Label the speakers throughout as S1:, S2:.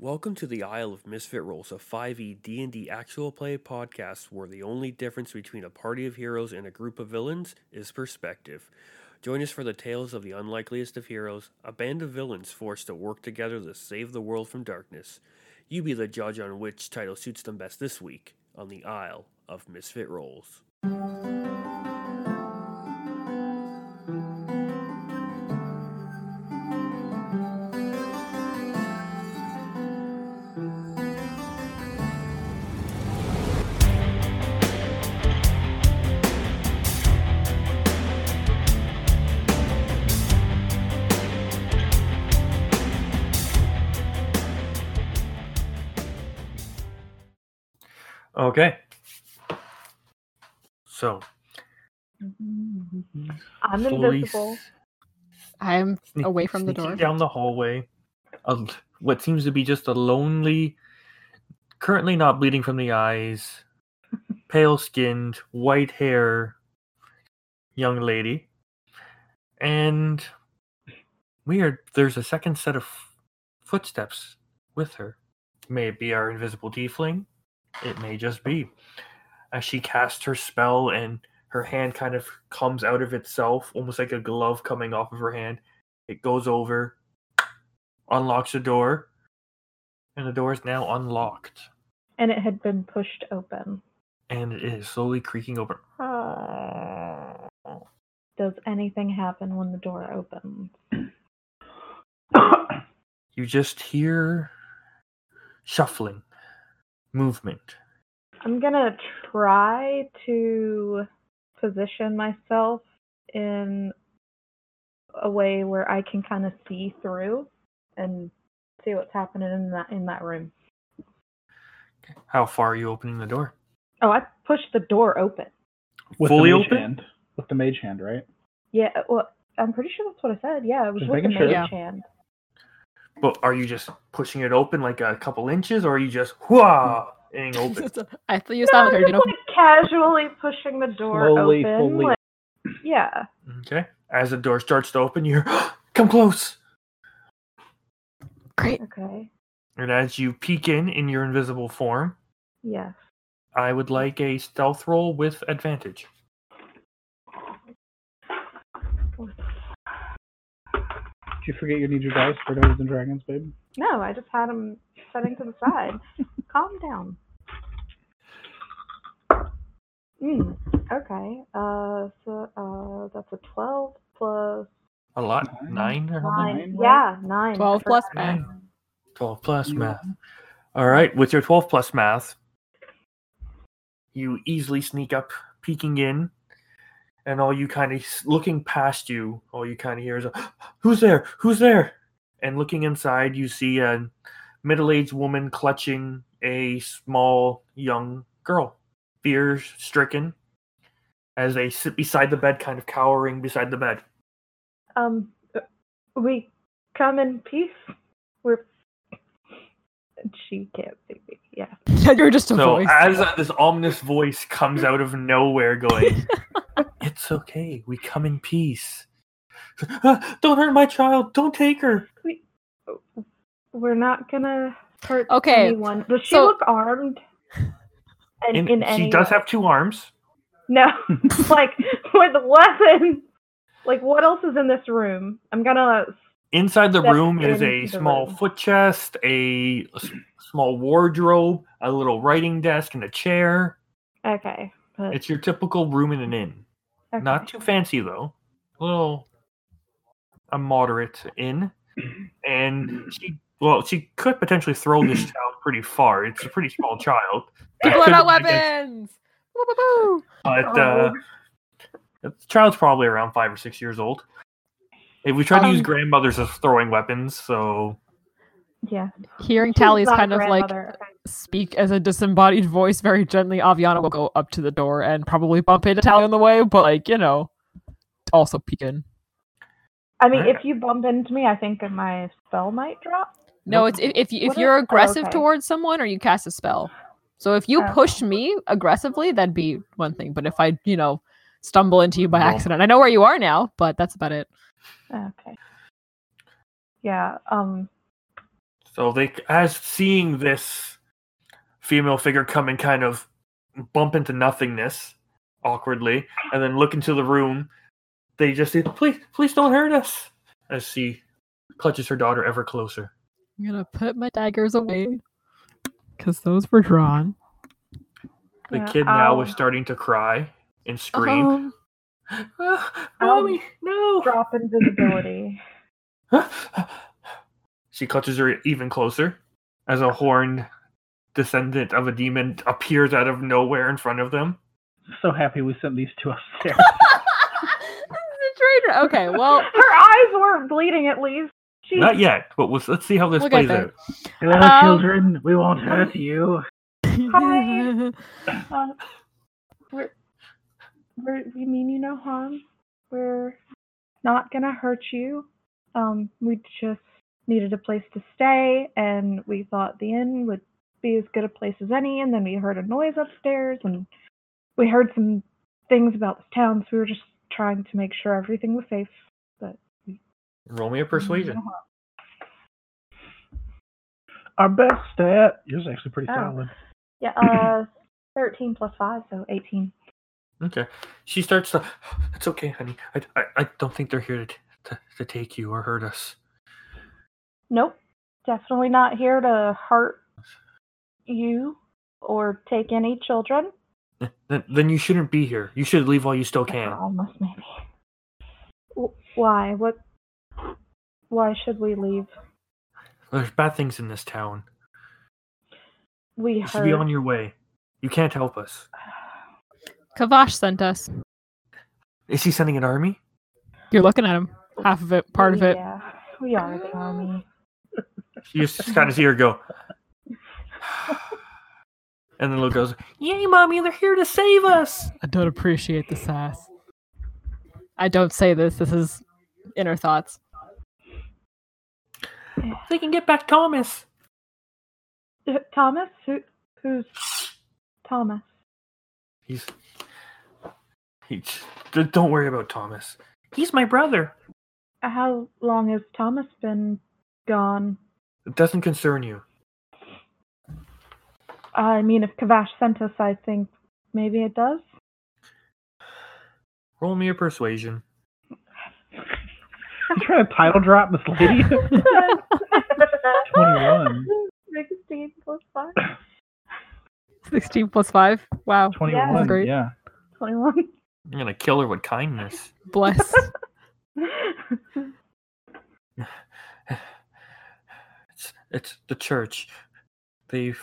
S1: Welcome to the Isle of Misfit Rolls, a E 5e D&D actual play podcast where the only difference between a party of heroes and a group of villains is perspective. Join us for the tales of the unlikeliest of heroes, a band of villains forced to work together to save the world from darkness. You be the judge on which title suits them best this week on the Isle of Misfit Rolls.
S2: Okay. So,
S3: I'm
S2: Felice
S3: invisible.
S4: I'm away from the
S2: sneaking
S4: door.
S2: down the hallway. of what seems to be just a lonely, currently not bleeding from the eyes, pale skinned, white hair young lady. And weird, there's a second set of footsteps with her. May it be our invisible tiefling. It may just be. As she casts her spell and her hand kind of comes out of itself, almost like a glove coming off of her hand. It goes over, unlocks the door, and the door is now unlocked.
S3: And it had been pushed open.
S2: And it is slowly creaking open.
S3: Uh, Does anything happen when the door opens?
S2: You just hear shuffling, movement.
S3: I'm gonna try to position myself in a way where I can kind of see through and see what's happening in that in that room.
S2: How far are you opening the door?
S3: Oh, I pushed the door open.
S5: With
S2: Fully
S5: the mage
S2: open?
S5: Hand. With the mage hand, right?
S3: Yeah, well, I'm pretty sure that's what I said. Yeah, it was
S5: Just
S3: with the
S5: making sure.
S3: mage
S4: Yeah.
S3: hand.
S2: But are you just pushing it open like a couple inches, or are you just whoa, it open?
S4: I thought you stopped her.
S3: just
S4: You know,
S3: like casually pushing the door
S5: Slowly,
S3: open.
S5: fully.
S3: like- yeah.
S2: okay. As the door starts to open, you're come close.
S4: great.
S3: Okay.
S2: And as you peek in in your invisible form,
S3: Yes.
S2: I would like a stealth roll with advantage.
S5: Did you forget you need your dice for Dungeons and Dragons, babe?
S3: No, I just had him setting to the side. Calm down. Mm, okay. Uh, so uh, that's a twelve plus
S2: A lot, nine,
S5: Nine.
S2: or something?
S3: nine.
S5: nine, right?
S3: Yeah, nine. I
S4: 12 plus
S3: forgot.
S4: math.
S2: 12 plus
S5: You-
S2: math. All right, with your 12 plus math, you easily sneak up, peeking in, and all you kind of looking past you, all you kind of hear is, a, Who's there? Who's there? And looking inside, you see a middle aged woman clutching a small young girl, fear stricken, as they sit beside the bed, kind of cowering beside the bed.
S3: Um, we come in peace. We're. She can't see me. Yeah.
S4: You're just a
S2: So
S4: voice.
S2: as uh, this ominous voice comes out of nowhere, going, "It's okay. We come in peace. "Ah, Don't hurt my child. Don't take her."
S3: We're not gonna hurt
S4: Okay,
S3: anyone. Does she
S4: so-
S3: look armed? And,
S2: And
S3: in
S2: she
S3: any
S2: does
S3: way?
S2: have two arms.
S3: No, like with weapons. Like what else is in this room? I'm gonna.
S2: Inside the
S3: Step
S2: room is
S3: into
S2: a
S3: the
S2: small
S3: room.
S2: foot chest, a s- small wardrobe, a little writing desk, and a chair.
S3: Okay, but
S2: It's your typical room in an inn.
S3: okay.
S2: Not too fancy though. A little a moderate inn. And she well, she could potentially throw this child pretty far. It's a pretty small child.
S4: People are not
S2: Like a-
S4: weapons. Woo, woo, woo.
S2: But uh, the child's probably around five or six years old. If we try to use
S4: Um,
S2: grandmothers as throwing weapons, so
S3: Yeah,
S4: Hearing
S3: She's
S4: Tally's
S3: not
S4: kind of like
S3: grandmother. Okay.
S4: speak as a disembodied voice very gently, Aviana will go up to the door and probably bump into Tally on the way, but like, you know, also peek in.
S3: I mean,
S2: Alright.
S3: if you bump into me, I think that my spell might drop.
S4: No, it's if, if, you, if
S3: What
S4: you're
S3: if- oh,
S4: aggressive
S3: okay.
S4: towards someone or you cast a spell. So if you
S3: Oh.
S4: push me aggressively, that'd be one thing. But if I, you know, stumble into you by
S2: Roll.
S4: accident, I know where you are now, but that's about it.
S3: Okay. Yeah. Um.
S2: So they, as seeing this female figure come and kind of bump into nothingness awkwardly, and then look into the room, they just say, "Please, please don't hurt us." As she clutches her daughter ever closer.
S4: I'm gonna put my daggers away because those were drawn.
S2: The
S3: Yeah, um,
S2: kid now
S3: I'll
S2: is starting to cry and scream.
S4: Um,
S2: "Ah, mommy, no!
S3: Drop invisibility.
S2: she clutches her even closer as a horned descendant of a demon appears out of nowhere in front of them.
S5: So happy we sent these two upstairs.
S4: This is a traitor. Okay, well,
S3: her eyes were bleeding at least. She
S2: Not yet, but we'll, let's see how this
S4: We'll get
S2: plays
S4: there.
S2: out.
S5: Hello,
S4: Um,
S5: children. We won't hurt you.
S3: Hi. Uh, we're, we're, we mean you no harm. We're not gonna hurt you. Um, we just needed a place to stay, and we thought the inn would be as good a place as any. And then we heard a noise upstairs, and we heard some things about the town. So we were just trying to make sure everything was safe.
S2: Roll me a persuasion.
S5: Our best stat. Yours is actually pretty
S3: Oh.
S5: solid.
S3: Yeah, uh, thirteen plus five, so eighteen.
S4: Mm-hmm.
S2: Okay. She starts to. It's okay, honey. I, I, I don't think they're here to, to, to take you or hurt us.
S3: Nope. Definitely not here to hurt you or take any children.
S2: Then, then you shouldn't be here. You should leave while you still can.
S3: Almost maybe. W- Why? What? Why should we leave?
S2: There's bad things in this town.
S3: We
S2: You should
S3: heard.
S2: be on your way. You can't help us.
S4: Kavash sent us.
S2: Is he sending an army?
S4: You're looking at him. Half of it, part of it.
S3: Yeah, we are the army.
S2: You just kind of see her go. And then Luke goes, Yay, mommy, they're here to save us.
S4: I don't appreciate the sass. I don't say this. This is inner thoughts.
S2: They can get back Thomas.
S3: Uh, Thomas? Who? Who's Thomas?
S2: He's. He, d- don't worry about Thomas. He's my brother.
S3: How long has Thomas been gone?
S2: It doesn't concern you.
S3: I mean, if Kavash sent us, I think maybe it does.
S2: Roll me a persuasion.
S5: I'm trying to title drop this lady. 21.
S3: 16 plus 5.
S4: 16 plus 5. Wow.
S5: 21.
S4: great.
S5: Yeah.
S3: 21.
S2: I'm going to kill her with kindness.
S4: Bless.
S2: It's, it's the church. They've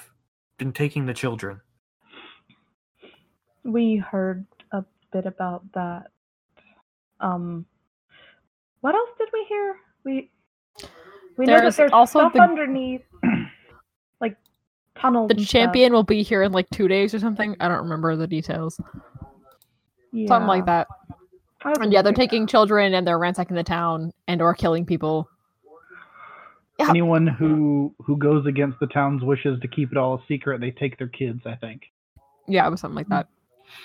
S2: been taking the children.
S3: we heard a bit about that. Um, what else did we hear? We we know
S4: There's
S3: that there's
S4: also
S3: stuff
S4: the-
S3: underneath, like tunnels.
S4: the
S3: and stuff.
S4: champion will be here in like two days or something. I don't remember the details. Something like that.
S3: Yeah.
S4: And yeah, they're taking children and they're ransacking the town and or killing people. Yeah.
S5: Anyone who who goes against the town's wishes to keep it all a secret, they take their kids. I think.
S4: Yeah, it was something like that.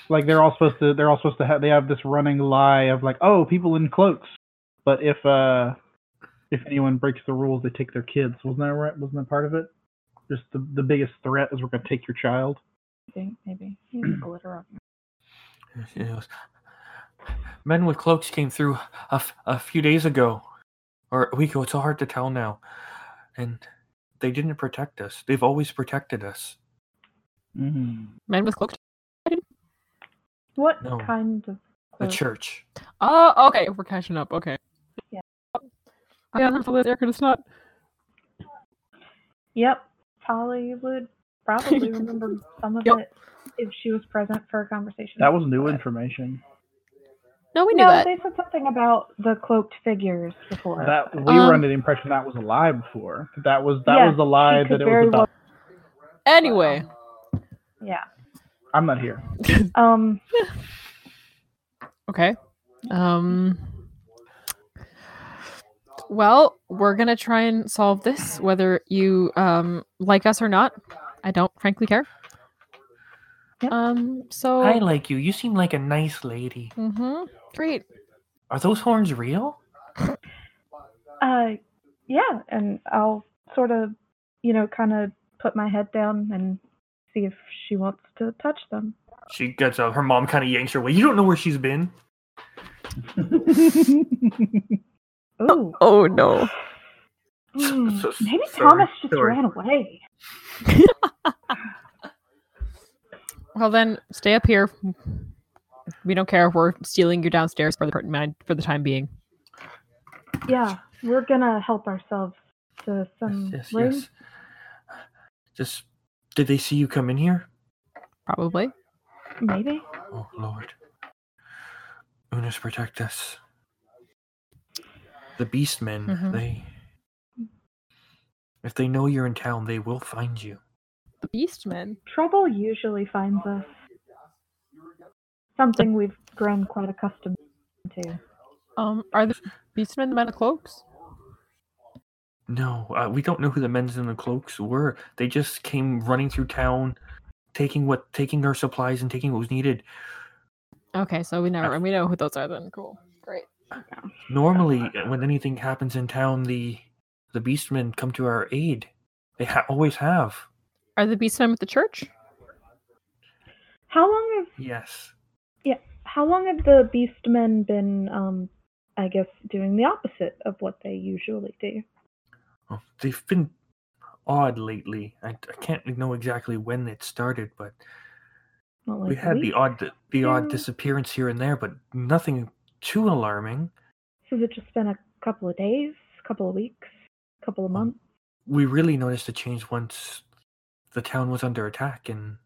S5: Like they're all supposed to. They're all supposed to have. They have this running lie of like, oh, people in cloaks. But if uh, if anyone breaks the rules, they take their kids. Wasn't that right? Wasn't that part of it? Just the the biggest threat is we're gonna take your child.
S3: I think maybe Here's glitter on your-
S2: She goes, Men with cloaks came through a, f- a few days ago, or a week ago. It's so hard to tell now. And they didn't protect us. They've always protected us.
S5: Mm.
S4: Men with cloaks.
S3: What
S2: No.
S3: kind of?
S2: The
S3: clothes?
S2: church.
S4: Oh, okay. We're catching up. Okay.
S3: Yeah.
S4: I got for this air it's not.
S3: Yep, Polly would probably remember some of
S4: Yep.
S3: it if she was present for a conversation.
S5: That was new information.
S4: No, we knew
S3: no,
S4: that.
S3: they said something about the cloaked figures before.
S5: That we
S4: Um,
S5: were under the impression that was a lie before. That was that
S3: Yeah,
S5: was the lie
S3: she could
S5: that it
S3: very
S5: was about.
S4: Anyway,
S3: yeah.
S5: I'm not here.
S3: Um.
S4: okay. Um. Well, we're gonna try and solve this, whether you um like us or not. I don't frankly care.
S3: Yep.
S4: Um. So.
S2: I like you. You seem like a nice lady.
S4: Mm-hmm. Great.
S2: Are those horns real?
S3: Uh, yeah, and I'll sort of you know, kind of put my head down and see if she wants to touch them.
S2: She gets up. Her mom kind of yanks her away. You don't know where she's been.
S3: Ooh.
S4: Oh no.
S3: Hmm.
S2: so-
S3: Maybe
S2: sorry,
S3: Thomas just
S2: sorry.
S3: ran away.
S4: Well then, stay up here. We don't care. We're stealing you downstairs for the per- mind for the time being.
S3: Yeah, we're gonna help ourselves to some
S2: yes,
S3: room.
S2: yes. Just did they see you come in here?
S4: Probably.
S3: Maybe.
S2: Oh Lord. Unus protect us. The beastmen,
S4: Mhm.
S2: they if they know you're in town, they will find you.
S4: The Beastmen.
S3: Trouble usually finds us. Something we've grown quite accustomed to.
S4: Um, are the Beastmen the men of cloaks?
S2: No, uh, we don't know who the men's in the cloaks were. They just came running through town, taking what, taking our supplies and taking what was needed.
S4: Okay, so we never we know who those are then. Cool. Great.
S2: Normally, uh, when anything happens in town, the the beastmen come to our aid. They ha- always have.
S4: Are the Beastmen with the church?
S3: How long have
S2: Yes.
S3: how long have the beastmen been um I guess doing the opposite of what they usually do?
S2: Well, they've been odd lately. I, I can't know exactly when it started, but
S3: Not
S2: we
S3: like
S2: had
S3: we-
S2: the odd the odd
S3: Yeah.
S2: disappearance here and there, but nothing too alarming.
S3: Has it just been a couple of days, couple of weeks, couple of
S2: Um,
S3: months?
S2: we really noticed a change once the town was under attack and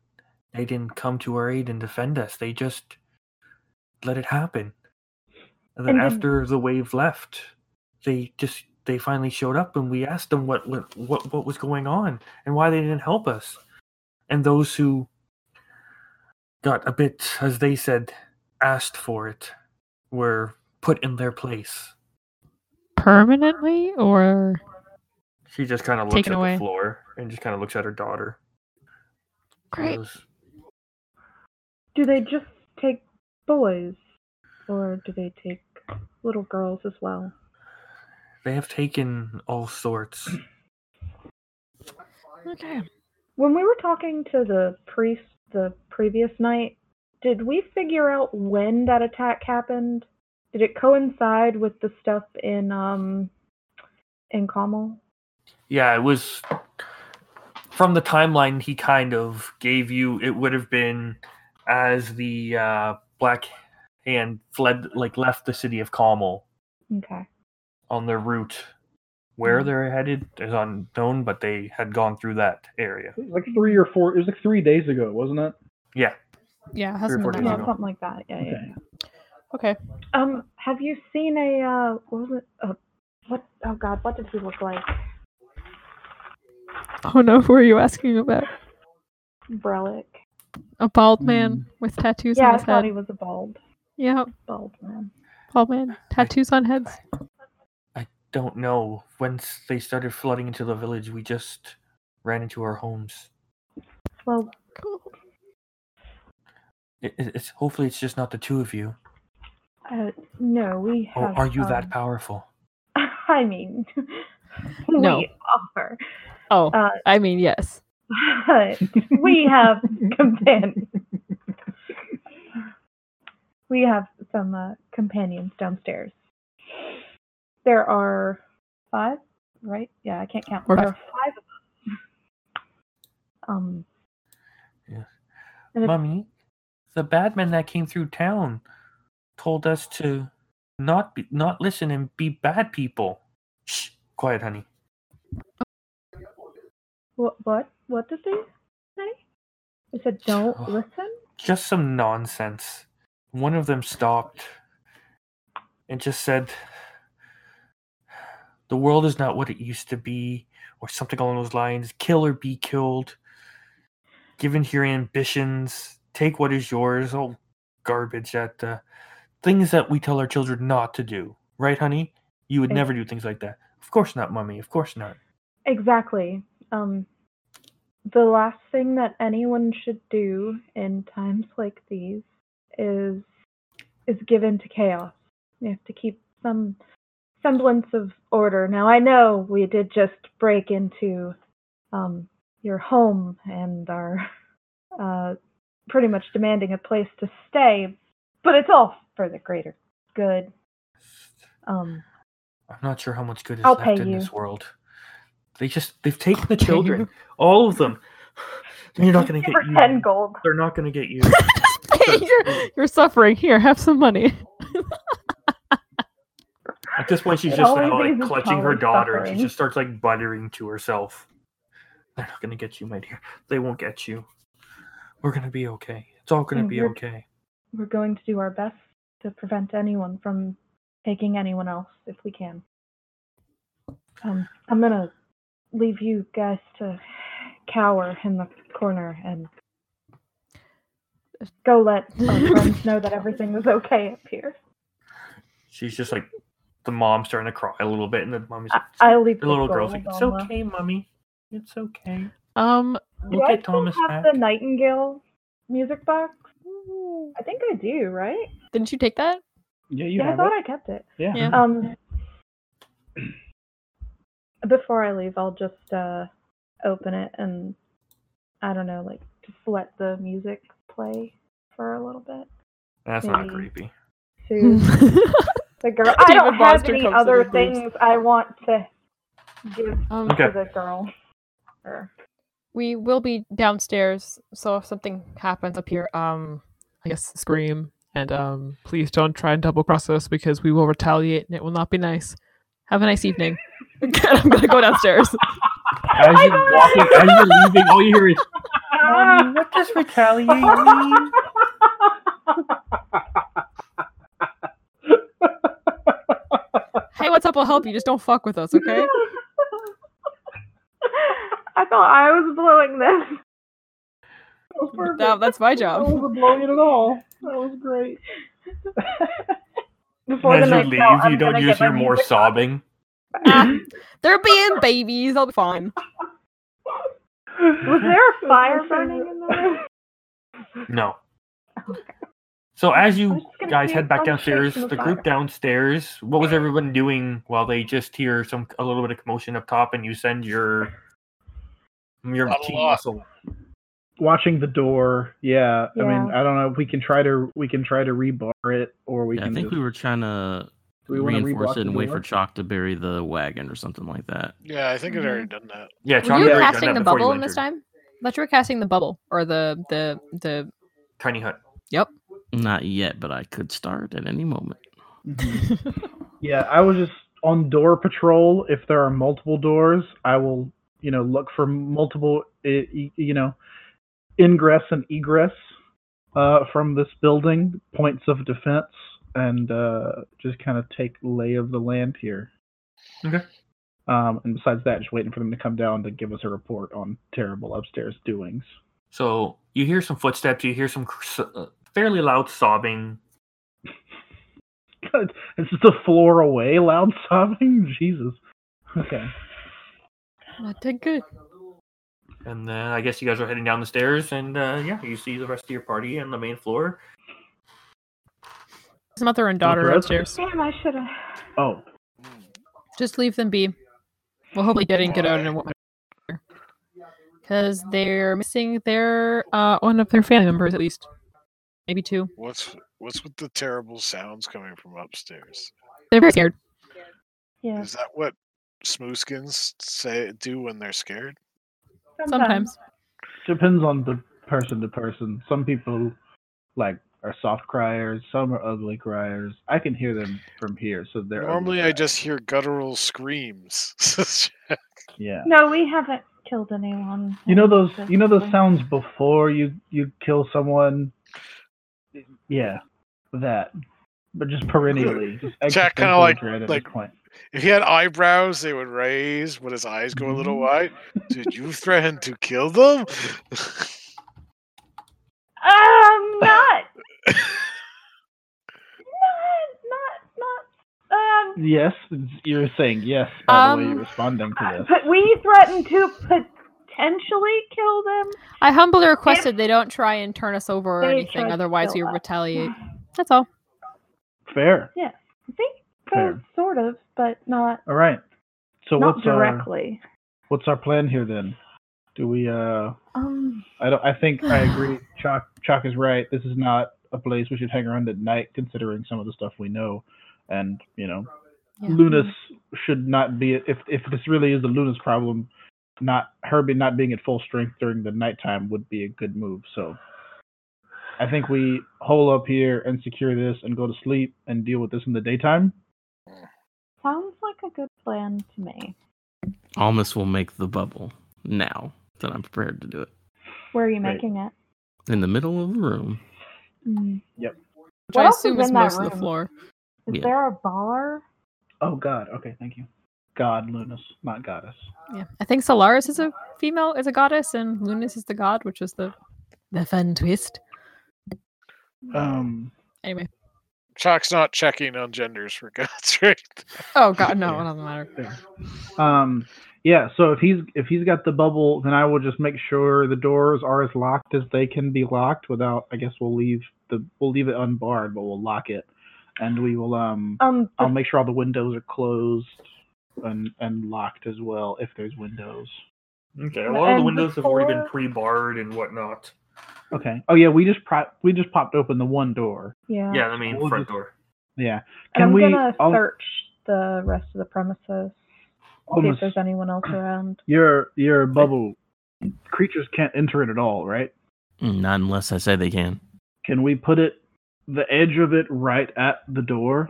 S2: they didn't come to our aid and defend us. They just let it happen. And then
S3: And then-
S2: after the wave left, they just they finally showed up and we asked them what what what, what was going on and why they didn't help us. And those who got a bit as they said asked for it were put in their place.
S4: Permanently or
S2: She just kind of looks
S4: Taken
S2: at
S4: away.
S2: the floor and just kind of looks at her daughter.
S4: great.
S2: Goes,
S3: Do they just take boys or do they take little girls as well?
S2: They have taken all sorts.
S4: Okay.
S3: When we were talking to the priest the previous night, did we figure out when that attack happened? Did it coincide with the stuff in um in Kamal?
S2: Yeah, it was from the timeline he kind of gave you. It would have been as the uh, Black Hand fled, like left the city of Carmel
S3: Okay.
S2: on their route. Where
S3: Mhm.
S2: they're headed is unknown, but they had gone through that area.
S5: It was like three or four. It was like three days ago, wasn't it?
S2: Yeah,
S4: Yeah,
S2: Three or
S4: it hasn't
S2: four days
S4: been that
S3: Yeah,
S4: long.
S2: ago.
S3: something like that. Yeah, yeah,
S5: Okay.
S3: yeah.
S4: Okay.
S3: Um, have you seen a uh what was it? Uh, what oh god, what did he look like?
S4: Oh no, who are you asking about?
S3: Brelic.
S4: A bald
S2: Hmm.
S4: man with tattoos
S3: Yeah,
S4: on
S3: I
S4: his
S3: thought
S4: head.
S3: he was a bald
S4: Yeah,
S3: bald man.
S4: bald man, tattoos on heads.
S2: don't know. Once they started flooding into the village, we just ran into our homes.
S3: Well,
S4: Cool.
S2: It, it- it's hopefully it's just not the two of you.
S3: uh, no, we
S2: Or
S3: have.
S2: Oh, are you that
S3: um,
S2: powerful?
S3: I mean,
S4: No.
S3: we are.
S4: Oh,
S3: Uh,
S4: I mean, yes.
S3: But we have companions. We have some uh, companions downstairs. There are five, right? Yeah, I can't count.
S4: Or
S3: there
S4: five.
S3: are five of us. Um.
S2: Yes.
S3: and it's-
S2: Mummy, the bad men that came through town told us to not be, not listen and be bad people. Shh, quiet, honey.
S3: What? What? What did they say? They said, "Don't
S2: Oh.
S3: listen."
S2: Just some nonsense. One of them stopped and just said, "The world is not what it used to be," or something along those lines. Kill or be killed. Given your ambitions, take what is yours. All garbage that uh, things that we tell our children not to do. Right, honey? You would
S3: Ex-
S2: never do things like that. Of course not, mummy. Of course not.
S3: Exactly. Um, the last thing that anyone should do in times like these is is give in to chaos. We have to keep some semblance of order. Now I know we did just break into um, your home and are uh, pretty much demanding a place to stay, but it's all for the greater good. Um,
S2: I'm not sure how much good is
S3: I'll
S2: left
S3: pay
S2: in
S3: you.
S2: this world. They just they've taken the children, all of them. You're not gonna get
S3: give her
S2: you.
S3: ten gold.
S2: They're not gonna get you.
S4: Hey, you're, you're suffering. Here, have some money.
S2: At this point, she's
S3: It
S2: just now
S3: always
S2: like
S3: is a
S2: clutching her
S3: solid
S2: daughter, and she
S3: suffering.
S2: just starts like buttering to herself. They're not gonna get you, my dear. They won't get you. We're gonna be okay. It's all gonna
S3: Yeah,
S2: be
S3: we're-
S2: okay.
S3: We're going to do our best to prevent anyone from taking anyone else if we can. Um, I'm gonna leave you guys to cower in the corner and go let our friends know that everything was okay up here.
S2: She's just like the mom's starting to cry a little bit, and the mommy's
S3: I-
S2: like,
S3: I'll leave
S2: the little
S3: gold
S2: girl's like, "It's
S3: on the-
S2: okay, mommy. It's okay.
S4: Um,
S3: Do
S2: We'll
S3: I
S2: get
S3: still
S2: Thomas
S3: have
S2: back."
S3: the Nightingale music box? I think I do, right?
S4: didn't you take that?
S5: Yeah, you
S3: yeah, I
S5: have
S3: thought
S5: it.
S3: I kept it.
S5: Yeah.
S4: Yeah.
S3: Um, before I leave, I'll just uh, open it and I don't know, like just let the music play for a little bit.
S2: That's not
S3: Maybe.
S2: creepy.
S3: Soothe the girl. I
S4: David
S3: don't have
S4: Foster
S3: any
S4: comes to
S3: other
S4: the groups.
S3: things I want to give
S4: um,
S2: Okay.
S3: to the girl. Or-
S4: we will be downstairs, so if something happens up here, um, I guess scream and um, please don't try and double cross us because we will retaliate and it will not be nice. Have a nice evening. I'm gonna go downstairs.
S2: As you're walking, as you're leaving, all you hear is,
S4: Ah!
S3: Mommy,
S2: what does retaliate mean?"
S4: hey, what's up? I'll help you. Just don't fuck with us, okay?
S3: I thought I was blowing this.
S4: Now that's my
S5: I
S4: job.
S5: wasn't blowing it at all. That was great.
S3: Before
S2: as
S3: the
S2: you
S3: night
S2: leave,
S3: fell, I'm
S2: you don't
S3: gonna
S2: you
S3: get
S2: just
S3: my
S2: hear more
S3: music
S2: sobbing.
S4: Ah, they're being babies. I'll be fine.
S3: Was there a fire burning in the room?
S2: No. So as
S3: I'm
S2: you
S3: just gonna
S2: guys
S3: see
S2: head back
S3: some
S2: downstairs,
S3: trace of
S2: the
S3: fire.
S2: group downstairs, what was everyone doing while they just hear some a little bit of commotion up top, and you send your your
S6: Not a
S2: team
S6: lot.
S2: muscle?
S5: Watching the door. Yeah, I mean,
S3: Yeah.
S5: I don't know. We can try to we can try to rebar it, or we
S7: Yeah, I
S5: can.
S7: think
S5: just,
S7: we were trying to
S5: do we wanna
S7: reinforce
S5: reblock the
S7: it and wait for
S5: door?
S7: Chalk to bury the wagon or something like that.
S6: Yeah, I think I've already done that.
S2: Yeah,
S4: Were
S2: Chalk
S4: you
S2: had already done
S4: casting
S2: that
S4: the
S2: before you
S4: bubble in this
S2: entered.
S4: time? But you were casting the bubble or the the the.
S2: Tiny hut.
S7: Not yet, but I could start at any moment.
S5: Mhm. Yeah, I was just on door patrol. If there are multiple doors, I will, you know, look for multiple, i- i- you know, ingress and egress uh, from this building, points of defense, and uh, just kind of take lay of the land here.
S2: Okay.
S5: Um, and besides that, just waiting for them to come down to give us a report on terrible upstairs doings.
S2: So you hear some footsteps. You hear some cr- uh, fairly loud sobbing.
S5: God, it's just a floor away, loud sobbing. Jesus. Okay.
S4: Not did good.
S2: And then I guess you guys are heading down the stairs, and uh, yeah, you see the rest of your party on the main floor.
S4: His mother and daughter are
S5: Brooke?
S4: upstairs.
S3: Damn, I should have.
S5: Oh,
S4: Just leave them be. Well, hopefully they didn't get out and because they're missing their uh one of their family members at least, maybe two.
S6: What's what's with the terrible sounds coming from upstairs?
S4: They're very scared.
S3: Yeah.
S6: Is that what smoothskins say do when they're scared?
S4: Sometimes
S5: depends on the person to person. Some people like are soft criers, some are ugly criers. I can hear them from here, so they're
S6: Normally, I
S5: ugly
S6: just hear guttural screams.
S5: criers. yeah.
S3: No, we haven't killed anyone.
S5: You know those you know those sounds before you you kill someone. Yeah, that, but just perennially. Just
S6: Jack kinda
S5: existential
S6: like-
S5: dread at
S6: like-
S5: this point.
S6: if he had eyebrows, they would raise when his eyes go a little wide. Did you threaten to kill them?
S3: Um, not. not, not, not. Um,
S5: Yes, you're saying yes by the way
S4: Um,
S5: you're responding to this.
S3: but we threatened to potentially kill them.
S4: I humbly requested they don't try and turn us over or
S3: They
S4: anything,
S3: tried to
S4: otherwise we
S3: kill us.
S4: retaliate. That's all.
S5: Fair.
S3: I think
S5: Fair.
S3: so, sort of, but not
S5: All right. So
S3: not
S5: what's our
S3: directly.
S5: what's our plan here then? Do we? Uh,
S3: Um,
S5: I don't. I think I agree. Chalk Chalk is right. This is not a place we should hang around at night, considering some of the stuff we know, and you know,
S3: yeah.
S5: Lunas should not be. If if this really is a Lunas problem, not her be not being at full strength during the nighttime would be a good move. So, I think we hole up here and secure this and go to sleep and deal with this in the daytime.
S3: Sounds like a good plan to me.
S7: Almas will make the bubble now that I'm prepared to do it.
S3: Where are you
S5: Right.
S3: making it?
S7: In the middle of the room.
S3: Mm.
S4: Which
S3: What
S4: I
S3: else
S4: assume
S3: is
S4: is
S3: in that
S4: most of the
S3: room?
S4: floor.
S3: Is
S7: Yeah.
S3: there a bar?
S5: Oh God. Okay. Thank you. God Lunas, not goddess.
S4: Yeah. I think Solaris is a female is a goddess and Lunas is the god, which is the the fun twist.
S5: Um.
S4: Anyway.
S6: Chalk's not checking on genders for God's sake.
S4: Oh god, no,
S5: Yeah.
S4: it doesn't matter.
S5: There. Um, yeah. So if he's if he's got the bubble, then I will just make sure the doors are as locked as they can be locked. Without, I guess we'll leave the we'll leave it unbarred, but we'll lock it, and we will um
S3: Um,
S5: I'll make sure all the windows are closed and and locked as well if there's windows.
S2: Okay, a
S3: And
S2: lot of the windows have already been
S3: before-
S2: pre-barred and whatnot.
S5: Okay. Oh yeah, we just pro- we just popped open the one door.
S3: yeah.
S2: Yeah, I mean
S5: We'll
S2: front
S5: just-
S2: door.
S5: Yeah.
S3: I'm
S5: we?
S3: gonna
S5: I'll-
S3: search the rest of the premises. See if
S5: almost-
S3: there's anyone else around.
S5: your your bubble creatures can't enter it at all, right?
S7: Mm, Not unless I say they can.
S5: Can we put it the edge of it right at the door?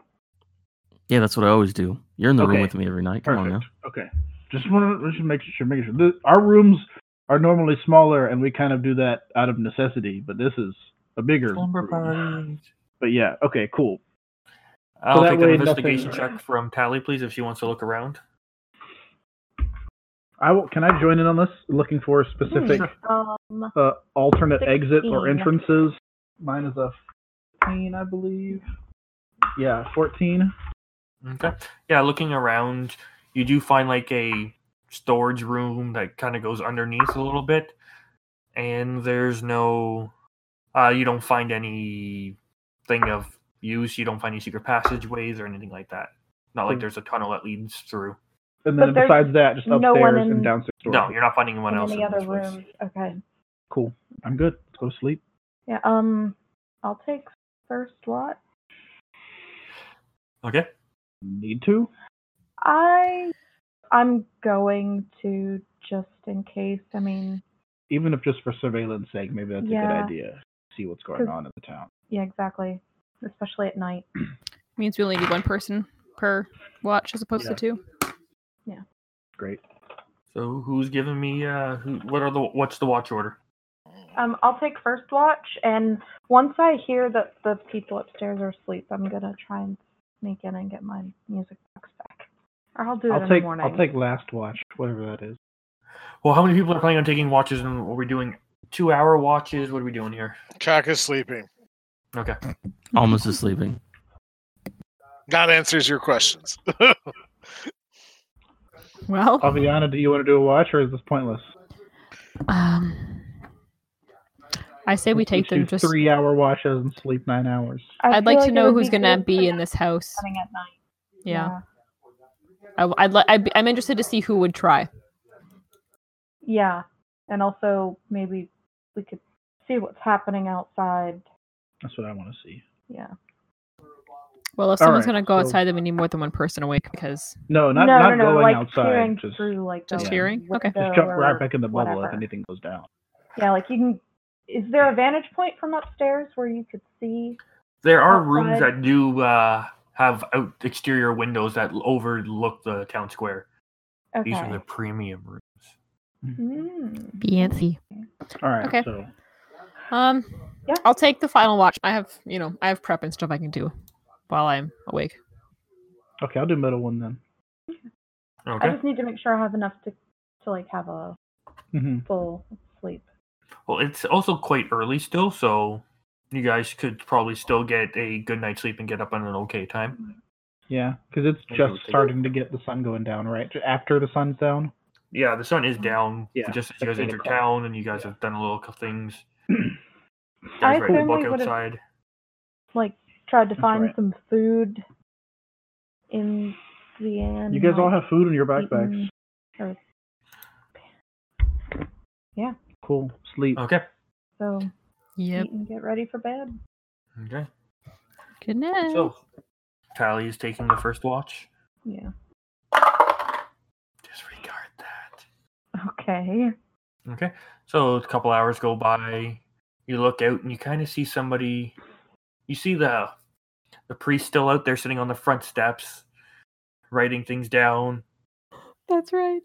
S7: Yeah, that's what I always do. You're in the room
S5: Okay.
S7: with me every night. Come
S5: Perfect.
S7: on now.
S5: Okay. Just want to make sure, make sure. The, our rooms are normally smaller, and we kind of do that out of necessity. But this is a bigger.
S2: Slumber
S5: room.
S2: party.
S5: But yeah. Okay. Cool.
S2: I'll
S5: that
S2: take an
S5: way
S2: investigation
S5: nothing-
S2: check from Tally, please, if she wants to look around.
S5: I will, can I join in on this? Looking for specific
S3: Um,
S5: uh, alternate exits or
S3: 16.
S5: entrances. Mine is a fourteen, I believe. Yeah, fourteen.
S2: Okay. Yeah, looking around, you do find like a storage room that kind of goes underneath a little bit, and there's no, uh, you don't find any thing of use. You don't find any secret passageways or anything like that. Not
S3: Mm.
S2: like
S5: Hmm.
S2: there's a tunnel that leads through.
S5: And
S3: But
S5: then
S3: there's
S5: besides that, just
S3: no
S5: upstairs
S3: one in-
S5: and downstairs.
S2: No, you're not finding anyone
S3: in
S2: else
S3: any
S2: in
S3: other
S2: this place.
S3: rooms? Okay.
S5: Cool. I'm good. Let's go to sleep.
S3: Yeah. Um, I'll take first lot.
S2: Okay.
S5: Need to.
S3: I, I'm going to just in case. I mean,
S5: even if just for surveillance sake, maybe that's a
S3: Yeah.
S5: good idea. See what's going
S3: 'Cause-
S5: on in the town.
S3: yeah, exactly. Especially at night.
S4: means we only need one person per watch as opposed
S5: Yeah.
S4: to two.
S5: Great.
S2: So who's giving me? Uh, who, what are the? What's the watch order?
S3: Um, I'll take first watch, and once I hear that the people upstairs are asleep, I'm gonna try and sneak in and get my music box back. Or I'll do it
S5: I'll
S3: in
S5: take
S3: the morning.
S5: I'll take last watch, whatever that is.
S2: Well, how many people are planning on taking watches, and what are we doing? Two-hour watches. What are we doing here?
S6: Chalk is sleeping.
S2: Okay.
S7: Almost is sleeping.
S6: That answers your questions.
S4: Well,
S5: Aviana, do you want to do a watch or is this pointless?
S4: um, I say we take them
S5: Choose
S4: just.
S5: three hour watches and sleep nine hours.
S3: I
S4: I'd like
S3: feel
S4: to
S3: it
S4: know
S3: would
S4: who's
S3: good
S4: gonna
S3: for
S4: be in
S3: them
S4: this house.
S3: coming at night.
S4: Yeah, I, would li- I'd be, I'm interested to see who would try.
S3: Yeah. And also maybe we could see what's happening outside.
S5: That's what I want to see.
S3: Yeah.
S4: Well, if
S5: All
S4: someone's
S5: right,
S4: gonna go
S5: so-
S4: outside, then we need more than one person awake because
S5: No, not
S3: no,
S5: not
S3: no, no,
S5: going
S3: like
S5: outside.
S3: Hearing
S5: Just just
S3: through, like
S4: Just
S3: the
S4: hearing? Okay. Just
S3: window
S5: jump right
S3: or
S5: back in the bubble if
S3: whatever.
S5: anything goes down.
S3: Yeah, like you can. Is there a vantage point from upstairs where you could see?
S2: There are rooms
S3: Outside.
S2: that do uh, have out exterior windows that l- overlook the town square.
S3: Okay.
S2: These are the premium rooms.
S3: Mm.
S4: Fancy.
S5: Mm-hmm. All right.
S4: Okay.
S5: So
S4: Um,
S3: Yeah.
S4: I'll take the final watch. I have, you know, I have prep and stuff I can do while I'm awake.
S5: okay, I'll do middle one then.
S3: I
S2: Okay.
S3: just need to make sure I have enough to to like have a
S5: hmm
S3: full sleep.
S2: Well, it's also quite early still, so you guys could probably still get a good night's sleep and get up on an okay time.
S5: Yeah, because it's
S2: Maybe we'll
S5: just
S2: take-
S5: starting to get the sun going down, right? After the sun's down.
S2: Yeah, the
S3: Mm-hmm.
S2: sun is down
S5: Yeah,
S2: just as
S5: like
S2: you guys
S5: eight
S2: enter
S5: o'clock.
S2: town, and you guys have done a little couple things. You
S3: I
S2: guys ready to
S3: assume we
S2: walk
S3: would've-
S2: outside?
S3: Like tried to
S5: That's
S3: find
S5: right.
S3: some food in the end.
S5: You guys all
S3: like,
S5: have food in your backpacks.
S3: eaten or-
S5: Cool. Sleep.
S2: Okay.
S3: So
S4: Yep.
S3: eat and get ready for bed.
S2: Okay.
S4: Good night.
S2: So, Tally is taking the first watch.
S3: Yeah.
S2: Disregard that.
S3: Okay.
S2: Okay. So, a couple hours go by. You look out and you kind of see somebody. You see the the priest still out there sitting on the front steps, writing things down.
S4: That's right.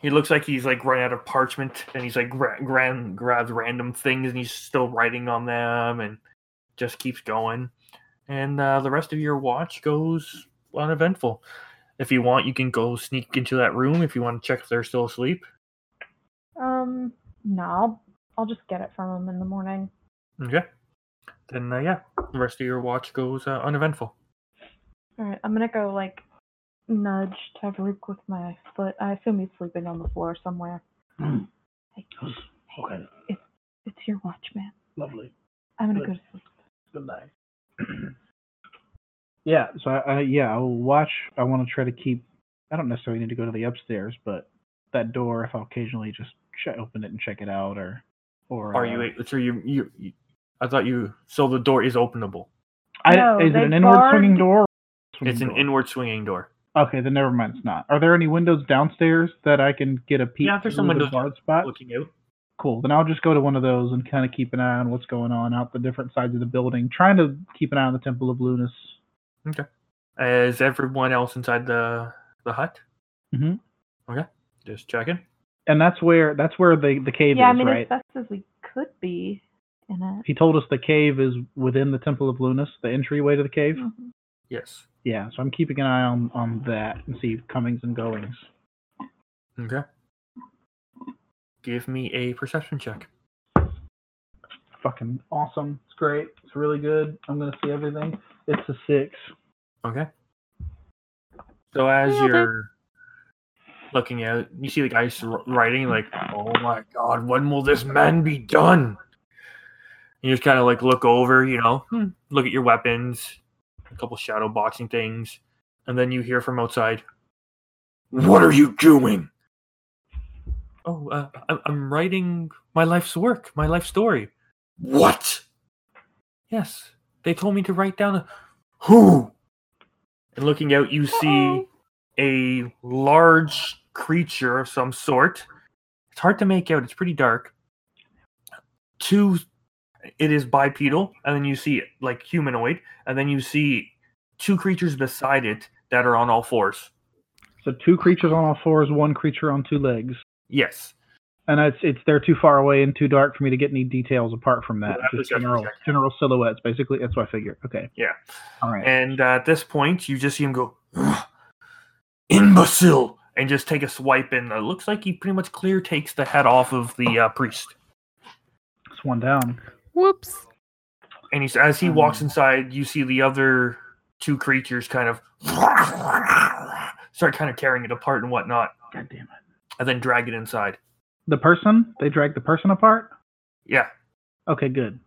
S2: He looks like he's like run out of parchment, and he's like gra- gran- grabs random things, and he's still writing on them, and just keeps going. And uh, the rest of your watch goes uneventful. If you want, you can go sneak into that room if you want to check if they're still asleep.
S3: Um. No, I'll, I'll just get it from him in the morning.
S2: Okay. Then uh, yeah, the rest of your watch goes uh, uneventful.
S3: All right. I'm gonna go like nudge Tavrook with my foot. I assume he's sleeping on the floor somewhere.
S5: Hmm.
S3: Hey, hey,
S5: Okay.
S3: It's it's your watch, man.
S5: Lovely.
S3: I'm gonna
S5: Good.
S3: go to sleep.
S5: Good night. yeah. So I, I yeah I will watch. I want to try to keep. I don't necessarily need to go to the upstairs, but that door, if I'll occasionally just ch- open it and check it out, or or
S2: Are
S5: uh,
S2: you a- so you, you you? I thought you. So the door is openable.
S5: I,
S3: No,
S5: is it
S3: they
S5: an inward swinging
S3: barred-
S5: door? or swinging
S2: It's an
S5: door?
S2: inward swinging door.
S5: Okay, then never mind. It's not. Are there any windows downstairs that I can get a peek?
S2: Yeah, there's some
S5: through the
S2: windows
S5: barred spot.
S2: Looking out.
S5: Cool. Then I'll just go to one of those and kind of keep an eye on what's going on out the different sides of the building, trying to keep an eye on the Temple of Lunas.
S2: Is everyone else inside the the hut?
S5: Mhm.
S2: Okay, just checking.
S5: And that's where that's where the the cave
S3: yeah, I
S5: is,
S3: mean
S5: right?
S3: as best as we could be in it.
S5: He told us the cave is within the Temple of Lunas, the entryway to the cave.
S3: Mhm.
S2: Yes.
S5: Yeah, so I'm keeping an eye on on that and see comings and goings.
S2: Okay. Give me a perception check.
S5: Fucking awesome. It's great. It's really good. I'm gonna see everything. It's a six.
S2: Okay. So as
S4: Yeah, but-
S2: you're looking out, you see the guy s- writing like, "Oh my god, when will this man be done?" And you just kind of like look over, you know, hmm, look at your weapons, a couple shadow boxing things, and then you hear from outside, "What are you doing?" Oh, uh, I- I'm writing my life's work, my life story. What? Yes, they told me to write down. A- Who? And looking out, you see a large creature of some sort. It's hard to make out, it's pretty dark. Two, it is bipedal, and then you see like humanoid, and then you see two creatures beside it that are on all fours.
S5: So two creatures on all fours, one creature on two legs.
S2: Yes.
S5: And it's it's they're too far away and too dark for me to get any details apart from that.
S2: We'll have to
S5: Just
S2: check-
S5: general
S2: check.
S5: general silhouettes, basically. That's what I figured. Okay.
S2: Yeah.
S5: All right.
S2: And uh, at this point, you just see him go, "Ugh, imbecile, and just take a swipe, and it looks like he pretty much clear takes the head off of the uh, priest.
S5: It's one down.
S4: Whoops.
S2: and he's as he walks
S5: Hmm.
S2: inside, you see the other two creatures kind of start kind of tearing it apart and whatnot,
S5: God damn it.
S2: and then drag it inside.
S5: The person? They dragged the person apart?
S2: Yeah,
S5: Okay, good.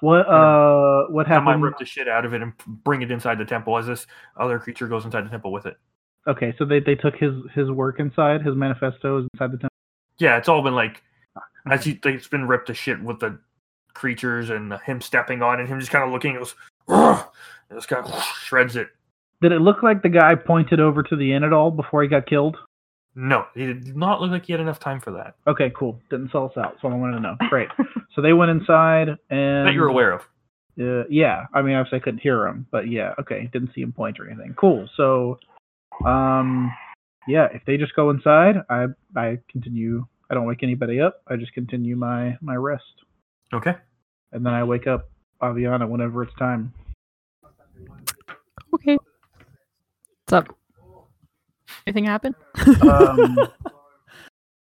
S5: What
S2: Yeah.
S5: uh what
S2: I might
S5: happened?
S2: rip the shit out of it and bring it inside the temple as this other creature goes inside the temple with it.
S5: Okay, so they, they took his his work inside, his manifesto is inside the temple.
S2: Yeah, it's all been like as he it's been ripped to shit with the creatures and him stepping on and him just kind of looking. It goes "Ugh," and just kind of shreds it.
S5: Did it look like the guy pointed over to the inn at all before he got killed?
S2: No, he did not look like he had enough time for that
S5: Okay, cool. Didn't sell us out. That's what I wanted to know. Great. so they went inside and
S2: that you're
S5: Um,
S2: aware of.
S5: Uh, yeah, I mean, obviously I couldn't hear him, but yeah, okay, didn't see him point or anything. Cool. So, um, yeah, if they just go inside, I I continue. I don't wake anybody up. I just continue my my rest,
S2: Okay.
S5: and then I wake up Aviana whenever it's time.
S4: Okay. What's up? Anything happen?
S5: Um,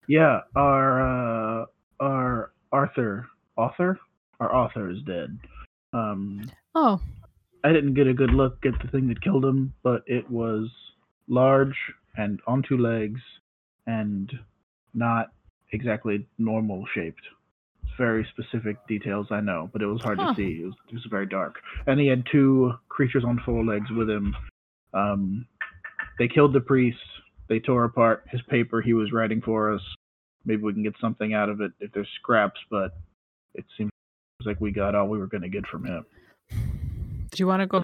S5: yeah, our uh, our Arthur author our author is dead. Um,
S4: oh,
S5: I didn't get a good look at the thing that killed him, but it was large and on two legs and not exactly normal shaped. It's Very specific details I know, but it was hard
S4: Huh.
S5: to see. It was, it was very dark. And he had two creatures on four legs with him. Um, they killed the priest. They tore apart his paper he was writing for us. Maybe we can get something out of it if there's scraps, but it seems like we got all we were going to get from him.
S4: Did you want to go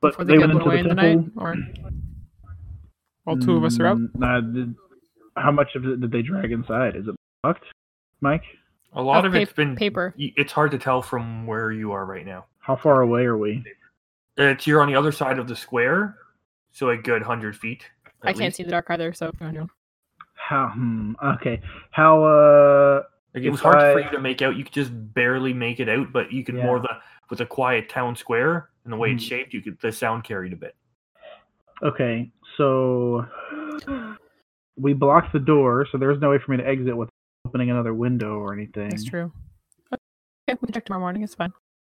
S5: But
S4: before
S5: they,
S4: they, get
S5: went
S4: blown
S5: into
S4: away
S5: the
S4: in the night,
S5: temple.
S4: or all two of us are out?
S5: Mm, Nah, did, how much of it did they drag inside? Is it locked, Mike?
S2: A lot
S4: Oh,
S2: of
S4: pa-
S2: it's been.
S4: paper.
S2: y- It's hard to tell from where you are right now.
S5: How far away are we?
S2: It's you're on the other side of the square, so a good hundred feet.
S4: I
S2: at
S4: can't
S2: least.
S4: see in the dark either, so I don't know.
S5: How? Hmm, okay. How? Uh.
S2: Like, it
S5: If
S2: was hard for
S5: I-
S2: you to make out. You could just barely make it out, but you could
S5: Yeah.
S2: more the with a quiet town square and the way it's
S5: Mhm.
S2: shaped, you could the sound carried a bit.
S5: Okay. So we blocked the door, so there's no way for me to exit without opening another window or anything.
S2: Mm.
S4: That's true. Okay, we check tomorrow morning. It's fine.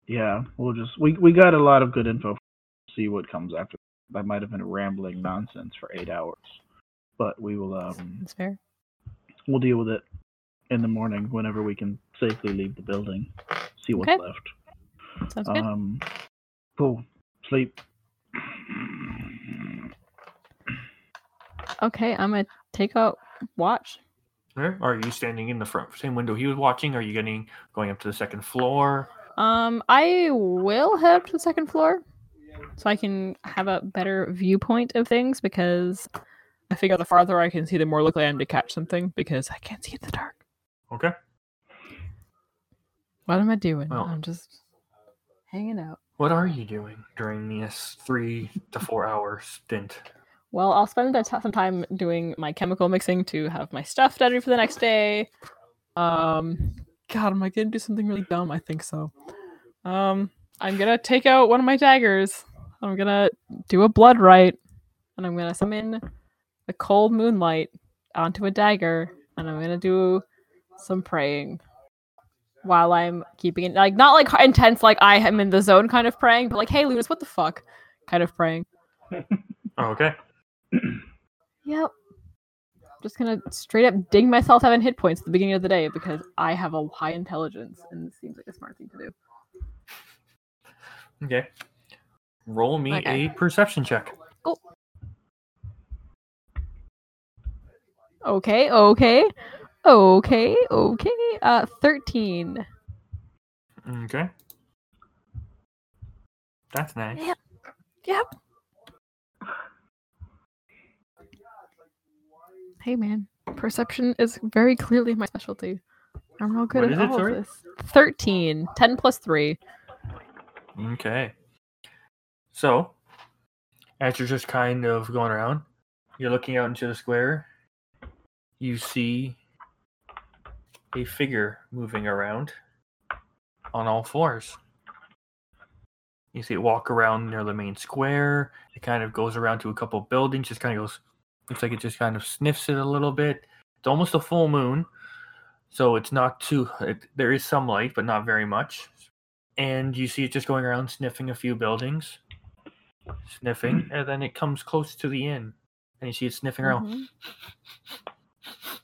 S5: Yeah, we'll just we we got a lot of good info. See what comes after. That might have been rambling nonsense for eight hours, but we will um
S4: It's fair.
S5: we'll deal with it in the morning whenever we can safely leave the building. See what's
S4: Okay.
S5: left.
S4: Sounds good.
S2: Uh.
S5: Um, cool. Sleep.
S4: Okay, I'm gonna take out watch.
S2: Or Are you standing in the front same window he was watching? Are you getting going up to the second floor?
S4: Um, I will head up to the second floor so I can have a better viewpoint of things because I figure the farther I can see, the more likely I am to catch something because I can't see in the dark.
S2: Okay.
S4: What am I doing?
S2: Well-
S4: I'm just hanging out.
S2: What are you doing during this three to four hour stint?
S4: Well, I'll spend a t- some time doing my chemical mixing to have my stuff ready for the next day. Um, God, am I gonna do something really dumb? I think so. Um, I'm gonna take out one of my daggers. I'm gonna do a blood rite, and I'm gonna summon the cold moonlight onto a dagger, and I'm gonna do some praying while I'm keeping it like not like intense, like I am in the zone kind of praying, but like, hey, Lunas, what the fuck, kind of praying.
S2: Oh, okay.
S4: Yep. Just gonna straight up ding myself having hit points at the beginning of the day because I have a high intelligence and it seems like a smart thing to do.
S2: Okay. Roll me
S4: Okay.
S2: a perception check.
S4: Okay, okay, okay, okay. Uh, thirteen.
S2: Okay. That's nice.
S4: Yep. Yep. Hey man, perception is very clearly my specialty. I'm real good
S2: What
S4: at
S2: is it,
S4: all
S2: sorry?
S4: of this. 13. 10 plus 3.
S2: Okay. So, as you're just kind of going around, you're looking out into the square. You see a figure moving around on all fours. You see it walk around near the main square. It kind of goes around to a couple buildings, just kind of goes, looks like it just kind of sniffs it a little bit. It's almost a full moon, so it's not too, it, there is some light, but not very much and you see it just going around sniffing a few buildings, sniffing, and then it comes close to the inn, and you see it sniffing around,
S3: Mm-hmm.
S4: Mhm.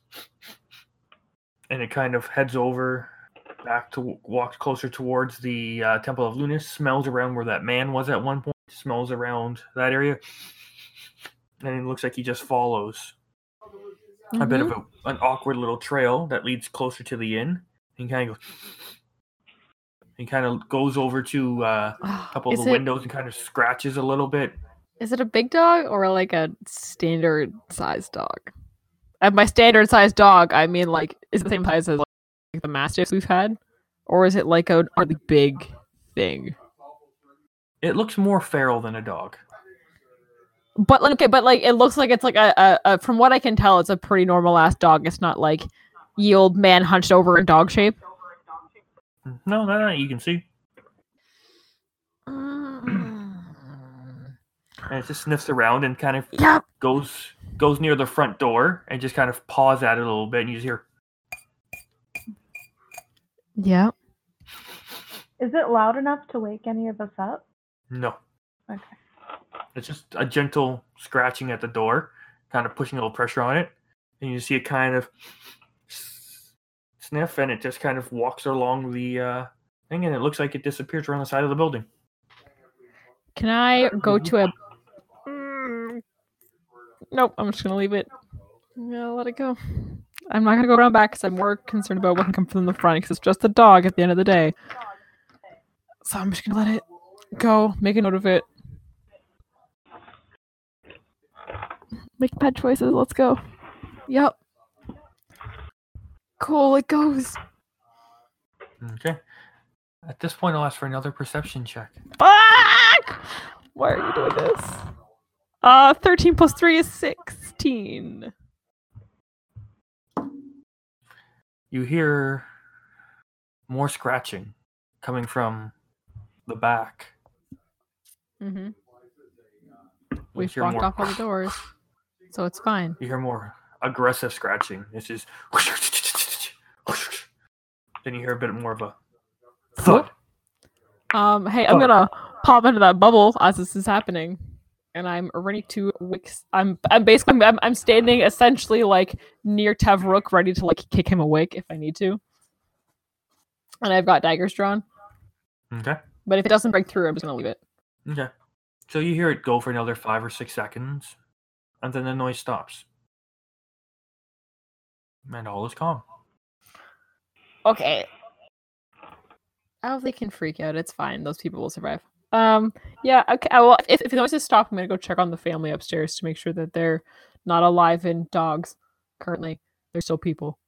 S2: and it kind of heads over back to walks closer towards the uh, Temple of Lunas, smells around where that man was at one point, smells around that area, and it looks like he just follows a bit of a,
S4: Mm-hmm.
S2: an awkward little trail that leads closer to the inn, and kind of goes. He kind of goes over to uh,
S4: Mhm.
S2: couple
S4: Is
S2: of the
S4: it-
S2: windows and kind of scratches a little bit.
S4: Is it a big dog or like a standard sized dog? And by standard sized dog, I mean like is it the same size as like the mastiffs we've had, or is it like a really big thing?
S2: It looks more feral than a dog.
S4: But like, okay, but like it looks like it's like a, a, a from what I can tell, it's a pretty normal ass dog. It's not like ye old man hunched over in dog shape.
S2: No, no, no, you can see.
S4: yep.
S2: And it just sniffs around and kind of goes goes near the front door and just kind of paws at it a little bit and you just hear
S4: Yeah.
S3: Is it loud enough to wake any of us up?
S2: no.
S3: Okay.
S2: It's just a gentle scratching at the door, kind of pushing a little pressure on it, and you see it kind of sniff and it just kind of walks along the uh, thing and it looks like it disappears around the side of the building.
S4: Can I go to a? Mm. Nope, I'm just gonna leave it. I'm gonna let it go. I'm not gonna go around back because I'm more concerned about what can come from the front because it's just a dog at the end of the day. So I'm just gonna let it go. Make a note of it. Make bad choices. Let's go. Yep. Cool. It goes.
S2: Okay. At this point, I'll ask for another perception check.
S4: Fuck! Why are you doing this? Uh, 13 plus 3 is 16.
S2: You hear more scratching coming from the back.
S4: Mm-hmm.
S2: You
S4: We've
S2: hear
S4: blocked
S2: more-
S4: off all the doors, so it's fine.
S2: You hear more aggressive scratching. It's just. Then you hear a bit more of a thud.
S4: Um, hey, I'm
S2: Fuck.
S4: gonna pop into that bubble as this is happening, and I'm ready to. Wix- I'm I'm basically I'm, I'm standing essentially like near Tevrook, ready to like kick him awake if I need to. And I've got daggers drawn,
S2: Okay.
S4: but if it doesn't break through, I'm just gonna leave it.
S2: Okay. So you hear it go for another five or six seconds, and then the noise stops. And all is calm.
S4: Okay. Oh, they can freak out. It's fine. Those people will survive. Um. Yeah. Okay. I will. If, if the noises stop, I'm gonna go check on the family upstairs to make sure that they're not alive and dogs. Currently, they're still people.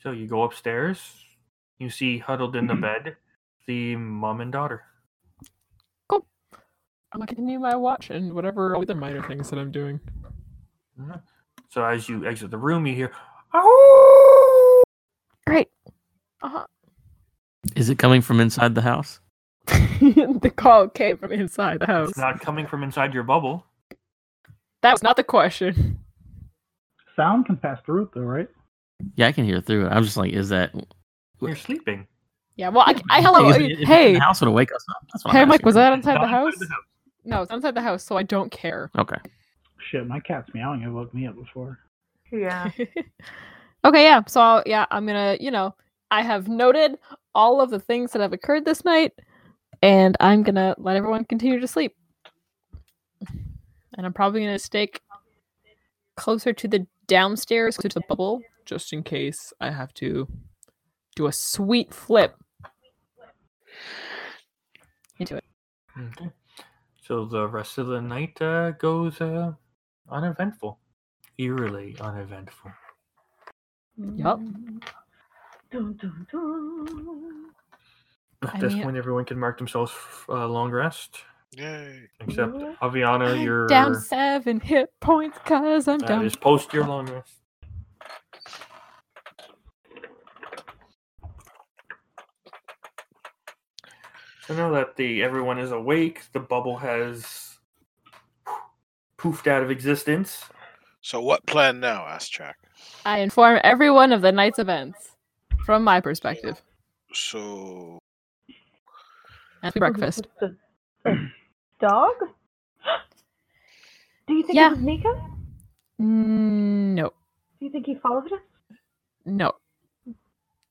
S2: So you go upstairs. You see huddled in the bed the mom and daughter.
S4: I'm gonna continue my watch and whatever other minor things that I'm doing.
S2: Mhm. So as you exit the room, you hear, "Ow!"
S4: Great. Uh
S7: Is it coming from inside the house?
S4: huh. the call came from inside the house.
S2: It's not coming from inside your bubble.
S4: That was not the question.
S5: Sound can pass through it though, right?
S7: Yeah, I can hear through it. I'm just like, is that?
S2: You're sleeping.
S4: Yeah. Well, I, I hello.
S7: Is
S4: uh,
S7: it- if it's in
S4: hey.
S7: the house would wake us up. That's what
S4: Hey,
S7: I'm
S4: Mike. Was that
S7: asking.
S4: inside
S2: Not
S4: the house?
S2: inside
S4: No, it's outside the house, so I don't care.
S7: Okay.
S5: Shit, my cat's meowing it woke me up before.
S3: Yeah.
S4: okay, yeah. So I'll, yeah, I'm gonna, you know, I have noted all of the things that have occurred this night, and I'm gonna let everyone continue to sleep. And I'm probably gonna stick closer to the downstairs, closer to the bubble, just in case I have to do a sweet flip into it.
S2: Okay. So the rest of the night uh, goes uh, uneventful, eerily uneventful.
S4: Yup.
S3: Mm-hmm. Dun, dun, dun.
S2: At
S4: I
S2: this
S4: mean-
S2: point, everyone can mark themselves uh, long rest,
S6: Yay.
S2: except
S3: Yeah.
S2: Aviana, you're
S4: down seven hit points because I'm
S2: uh,
S4: down.
S2: is post your long rest. So now that the everyone is awake, the bubble has poofed out of existence.
S6: So what plan now? asked Jack.
S4: I inform everyone of the night's events from my perspective.
S6: So
S4: Happy breakfast.
S3: Was it the- the Dog? Do you think
S4: Yeah.
S3: it was Nika?
S4: Mm, No,
S3: Do you think he followed us?
S4: no.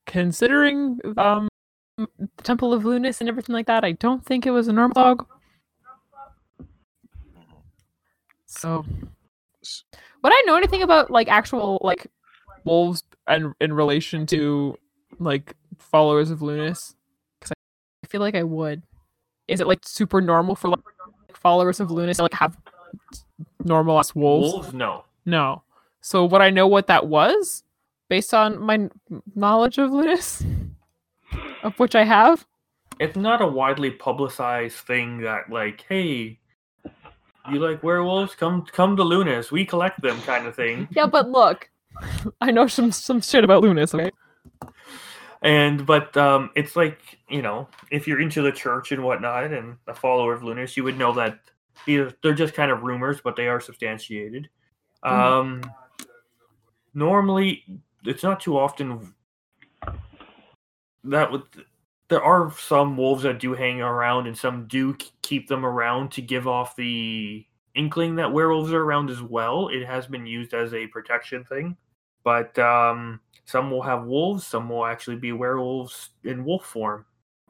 S4: Considering um the Temple of Lunas and everything like that, I don't think it was a normal dog. So, would I know anything about like actual like wolves and in relation to like followers of Lunas? Because I feel like I would. Is it like super normal for like followers of Lunas to like have normal ass wolves?
S2: Wolves, no.
S4: No. So would I know what that was based on my n- knowledge of Lunas, of which I have?
S2: it's not a widely publicized thing that like, hey, you like werewolves? Come come to Lunas, we collect them kind of thing.
S4: Yeah, but look, I know some some shit about Lunas. Okay.
S2: And but um it's like, you know, if you're into the church and whatnot and a follower of Lunas, you would know that these they're just kind of rumors, but they are substantiated.
S4: Mhm.
S2: Um normally it's not too often that would there are some wolves that do hang around and some do k- keep them around to give off the inkling that werewolves are around as well it has been used as a protection thing but um, some will have wolves some will actually be werewolves in wolf form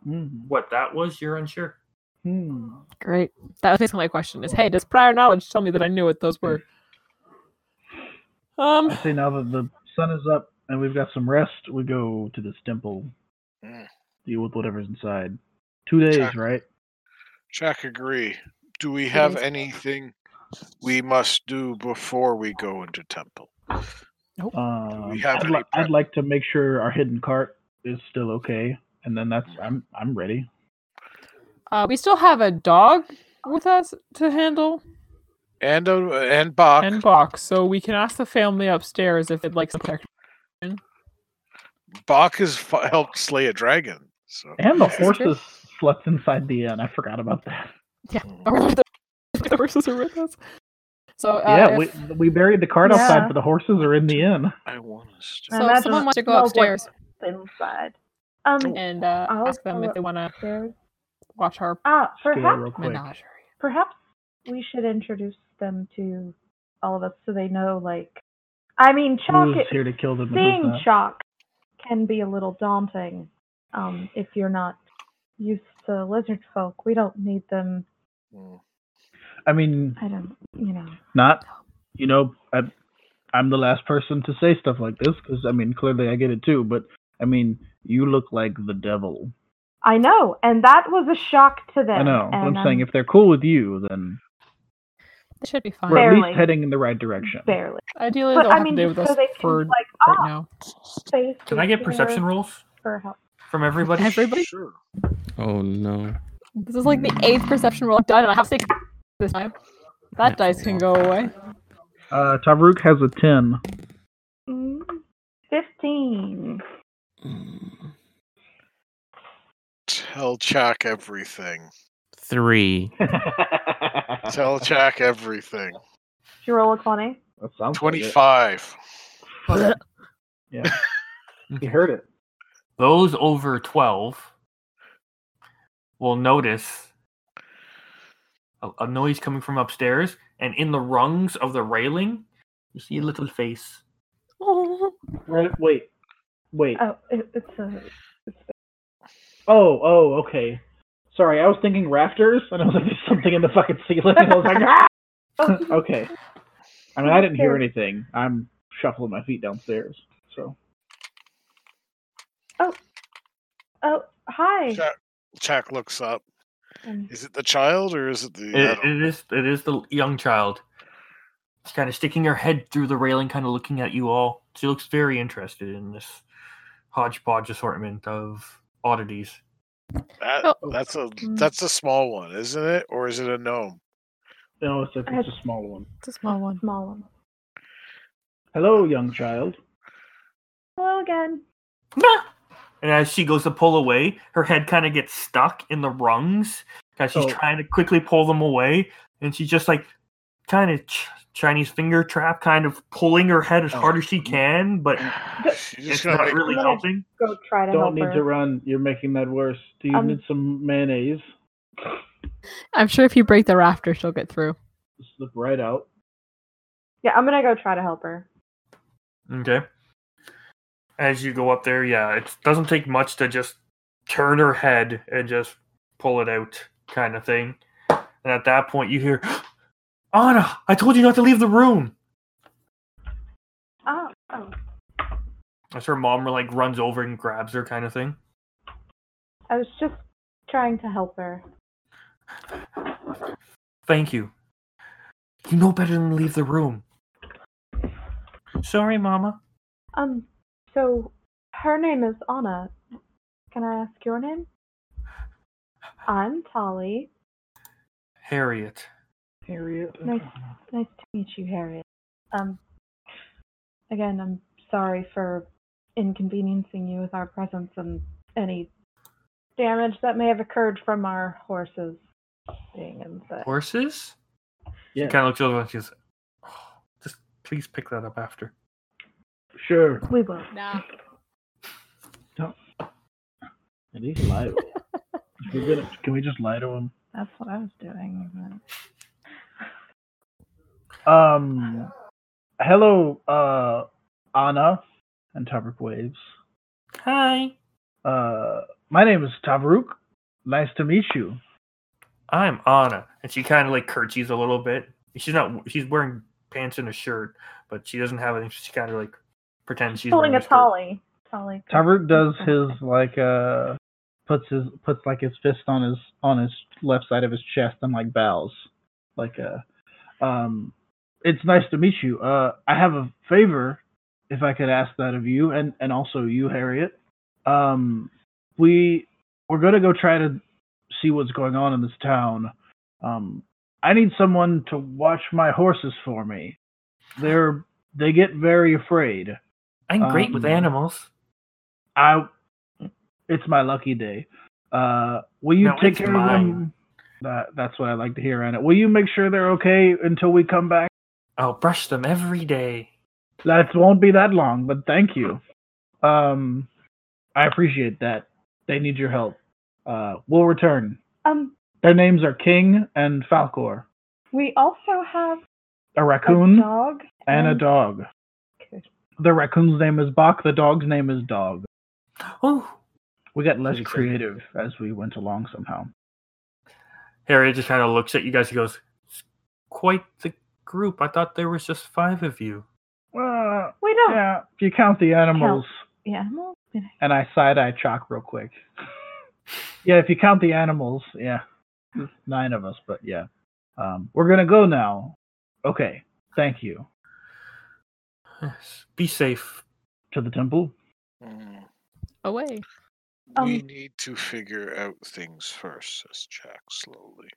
S5: Mm.
S2: what that was you're unsure
S5: Hmm.
S4: Great. That was basically my question: Is hey, does prior knowledge tell me that I knew what those were? Um,
S5: I say now that the sun is up and we've got some rest, we go to this temple.
S6: Mm.
S5: Deal with whatever's inside. Two days,
S6: Check.
S5: right?
S6: Jack, agree. Do we have
S4: Yes.
S6: anything we must do before we go into temple?
S5: Um,
S6: we have
S5: I'd,
S6: any
S5: li-
S6: prep?
S5: I'd like to make sure our hidden cart is still okay, and then
S6: Mm.
S5: that's I'm I'm ready.
S4: uh, we still have a dog with us to handle
S6: And uh, and Bach,
S4: and box, so we can ask the family upstairs if they'd like some protection.
S6: Bach has f- helped slay a dragon. So
S5: And the
S4: This is true.
S5: horses slept inside the inn. I forgot about that.
S4: the horses are with us. So uh,
S5: yeah,
S4: if-
S5: we we buried the cart
S3: Yeah.
S5: outside, but the horses are in the inn.
S6: I want us to.
S3: I
S4: so if
S3: imagine
S4: someone
S3: it
S4: wants to go
S3: smells like
S4: upstairs
S3: inside. Um,
S4: and uh,
S3: I'll
S4: ask them
S3: go
S4: if they want to
S3: upstairs.
S4: watch our
S3: Ah,
S5: Scale
S3: perhaps
S5: real quick.
S4: menagerie.
S3: perhaps we should introduce them to all of us so they know like I mean Chalk
S5: Who's
S3: it-
S5: here to kill them? and who's
S3: seeing
S5: not?
S3: Chalk can be a little daunting um, if you're not used to lizard folk. We don't need them
S6: Mm.
S5: I mean,
S3: I don't you know.
S5: not. You know, I, I'm the last person to say stuff like this because I mean, clearly I get it too. But I mean, you look like the devil.
S3: I know, and that was a shock to them.
S5: I know. but
S3: and,
S5: I'm saying
S3: um,
S5: if they're cool with you, then
S4: They should be fine.
S5: we're at
S3: Barely.
S5: least heading in the right direction.
S3: barely.
S4: Ideally,
S3: But
S4: they'll
S3: I
S4: have
S3: mean
S4: to stay with
S3: so
S4: us
S3: they can
S4: for
S3: like
S4: right
S3: ah,
S4: now.
S3: space
S2: Can I get
S3: here
S2: perception rolls
S3: for help.
S2: from everybody?
S4: Everybody,
S6: Sure.
S7: Oh no.
S4: this is like the eighth perception roll I've done, and I have six this time. That dice can go away.
S5: Uh, Tavrook has a ten.
S3: Mm, Fifteen.
S7: Mm,
S6: Tell Jack everything.
S7: Three.
S6: Tell Jack everything.
S3: Did you roll a twenty?
S5: That sounds like it.
S6: Twenty-five.
S5: Yeah, you heard it.
S2: Those over 12 will notice a, a noise coming from upstairs, and in the rungs of the railing, you see a little face.
S5: Right, wait, wait.
S3: Oh, it, it's a.
S5: Oh, oh, okay. Sorry, I was thinking rafters, and I was like, there's something in the fucking ceiling. And I was like, ah!
S3: Oh,
S5: okay. I mean, I didn't hear anything. I'm shuffling my feet downstairs. So
S3: Oh, hi.
S6: Jack, Jack looks up.
S3: Um,
S6: Is it the child or is it the?
S2: It- it is it is the young child. She's kind of sticking her head through the railing, kind of looking at you all. She looks very interested in this hodgepodge assortment of oddities.
S6: That,
S4: Oh.
S6: that's a
S4: Mm.
S6: that's a small one, isn't it? Or is it a gnome?
S5: no, it's a, it's a small one.
S4: It's a small one.
S3: Small one.
S5: Hello, young child.
S3: Hello again.
S2: "Meh." And as she goes to pull away, her head kind of gets stuck in the rungs because she's
S5: Oh.
S2: trying to quickly pull them away. And she's just like kind of ch- Chinese finger trap, kind of pulling her head as
S5: Oh.
S2: hard as she can, but
S6: She's
S2: it's
S6: just gonna
S2: not
S6: make
S2: really
S3: I'm gonna-
S2: helping.
S3: Go try to
S5: Don't
S3: help
S5: need
S3: her.
S5: to run. You're making that worse. Do you
S3: Um,
S5: need some mayonnaise?
S4: I'm sure if you break the rafter, she'll get through.
S5: Slip right out.
S3: Yeah, I'm gonna go try to help her.
S2: Okay. As you go up there, yeah, it doesn't take much to just turn her head and just pull it out, kind of thing. And at that point, you hear, Anna, I told you not to leave the room.
S3: Oh, oh.
S2: As her mom like runs over and grabs her, kind of thing.
S3: I was just trying to help her.
S2: Thank you. You know better than leave the room. Sorry, Mama.
S3: Um, so her name is Anna. Can I ask your name? I'm Tolly.
S2: Harriet.
S5: Harriet.
S3: Nice, nice to meet you, Harriet. Um, again, I'm sorry for inconveniencing you with our presence and any damage that may have occurred from our horses being inside.
S2: Horses?
S5: Yeah.
S2: She kind of looks over and she's, "Oh, just please pick that up after.
S5: Sure.
S3: We will.
S4: Nah.
S5: And he's liable. We're gonna- can we just lie to him?
S3: That's what I was doing.
S5: Um, hello, uh, Anna, and Tavrook waves.
S2: Hi.
S5: Uh, my name is Tavrook. Nice to meet you.
S2: I'm Anna, and she kind of like curtsies a little bit. She's not. She's wearing pants and a shirt, but she doesn't have anything. She kind of like pretends she's
S3: pulling
S2: wearing
S3: a
S2: skirt.
S3: Tolly. Tolly.
S5: Tavrook does his like uh puts his puts like his fist on his on his left side of his chest and like bows. Like uh um it's nice to meet you. Uh I have a favor if I could ask that of you and and also you Harriet. Um we we're going to go try to see what's going on in this town. Um I need someone to watch my horses for me. They're they get very afraid.
S2: I'm great with
S5: Um,
S2: animals.
S5: I it's my lucky day. Uh will you
S2: No,
S5: take
S2: it's
S5: care of
S2: mine.
S5: them? That that's what I like to hear on it. Will you make sure they're okay until we come back?
S2: I'll brush them every day.
S5: That won't be that long, but thank you. Um I appreciate that. They need your help. Uh we'll return.
S3: Um,
S5: Their names are King and Falcor.
S3: we also have
S5: A
S3: a
S5: raccoon
S3: dog
S5: and a dog.
S3: Okay.
S5: The raccoon's name is Bach, the dog's name is Dog.
S2: Oh,
S5: We got less
S2: Pretty good.
S5: creative as we went along somehow.
S2: Harriet just kind of looks at you guys and goes, "It's "Quite the group. I thought there was just five of you."
S5: Uh,
S3: We don't. Yeah.
S5: yeah, if you count the animals,
S3: Animals.
S5: and I side eye chalk real quick. yeah, if you count the animals, yeah, there's nine of us, but yeah, um, we're gonna go now. Okay, thank you
S2: Yes. Be safe.
S5: to the temple.
S6: Mm.
S4: Away.
S3: Um,
S6: we need to figure out things first, says Jack slowly.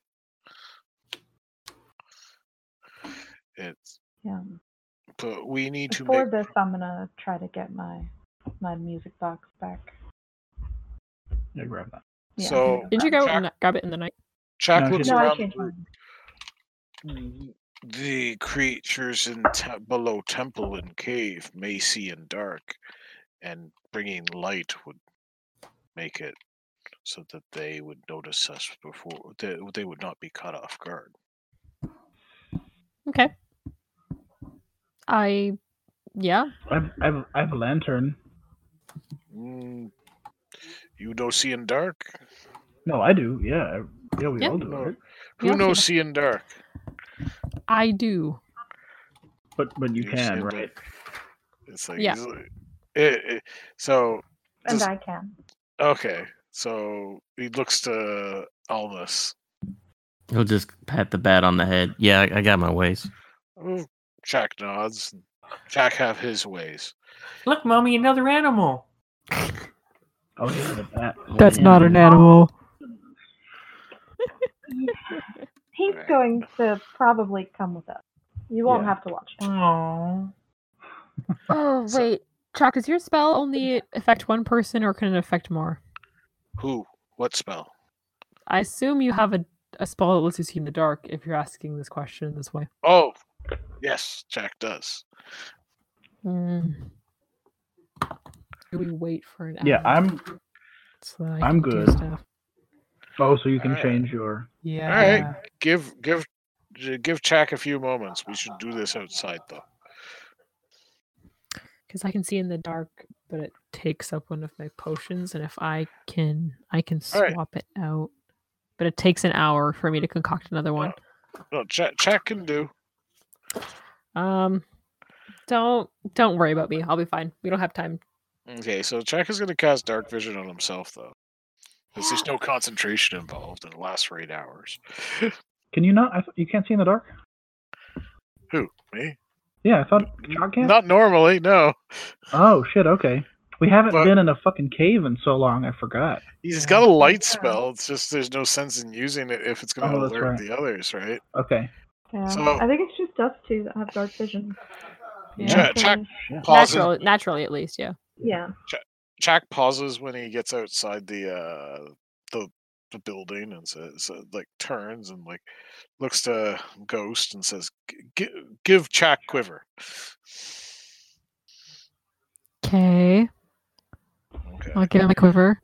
S6: It's
S3: Yeah.
S6: but we need to
S3: Before
S6: make
S3: this, I'm gonna try to get my my music box back.
S5: Yeah, grab that.
S3: Yeah, I'm
S6: So-
S3: gonna
S4: Didn't you
S3: grab
S4: go
S6: Jack-
S4: and grab it in the night?
S6: Jack
S5: No,
S6: looks
S3: it. No, I
S6: around
S3: can't.
S6: the
S3: find
S6: group.
S3: it.
S4: Mm-hmm.
S6: "Mm, the creatures in te- below temple and cave may see in dark and bringing light would make it so that they would notice us before they, they would not be caught off guard
S4: Okay. I, yeah.
S5: I have, I have, I have a lantern.
S6: mm, you know see in dark
S5: No, I do. Yeah, I- yeah, we
S4: Yeah.
S5: all do.
S6: No.
S5: Right?
S6: who
S4: Yeah, see
S6: knows
S4: the-
S6: see in dark
S4: I do.
S5: But but you
S6: You
S5: can,
S6: should, but-
S5: right?
S6: it's like
S4: Yeah.
S6: it's like- it- it- so
S3: And
S6: Does-
S3: I can.
S6: okay so he looks to almas
S7: He'll just pat the bat on the head. Yeah, I, I got my ways.
S6: Oh, Jack nods. Jack have his ways.
S2: Look, mommy, another animal.
S5: Oh, yeah, with that.
S4: That's
S5: Yeah.
S4: not an animal.
S3: He's
S6: Right.
S3: going to probably come with us. You won't
S5: Yeah.
S3: have to watch him.
S2: Aww.
S4: Oh,
S6: So-
S4: wait. Chuck, does your spell only affect one person or can it affect more?
S6: Who? What spell?
S4: I assume you have a, a spell that lets you see in the dark if you're asking this question this way.
S6: Oh, yes, Jack does.
S4: Mm. Do we wait for an hour?
S5: Yeah, I'm.
S4: so that I
S5: I'm
S4: can do
S5: good.
S4: stuff?
S5: Oh, so you can
S6: Alright.
S5: change your.
S4: Yeah.
S6: Alright. Give give j- give Jack a few moments. We should do this outside though.
S4: because I can see in the dark, but it takes up one of my potions, and if I can, I can
S6: All right.
S4: swap it out. But it takes an hour for me to concoct another one.
S6: No, Jack, Jack can do.
S4: Um, don't don't worry about me. I'll be fine. We don't have time.
S6: Okay, so Jack is gonna cast dark vision on himself though. 'Cause There's no concentration involved and it lasts for eight hours.
S5: Can you not? I th- you can't see in the dark.
S6: Who? Me?
S5: Yeah, I thought Chalk can.
S6: Not normally, no.
S5: Oh shit! Okay, we haven't
S6: But-
S5: been in a fucking cave in so long. I forgot.
S6: He's got a light
S3: Yeah.
S6: spell. It's just there's no sense in using it if it's gonna
S5: Oh, that's
S6: alert
S5: right.
S6: the others, right?
S5: Okay,
S3: Yeah.
S6: So-
S3: I think it's just us two that have dark vision.
S6: Jack-
S3: so-
S6: Jack-
S5: Yeah.
S6: Pauses.
S4: Natural, naturally, at least, yeah.
S3: yeah.
S6: Jack pauses when he gets outside the uh the the building and says uh, like turns and like looks to Ghost and says "G- gi- give Jack quiver.
S4: Okay,
S6: Okay.
S4: I'll give him a quiver.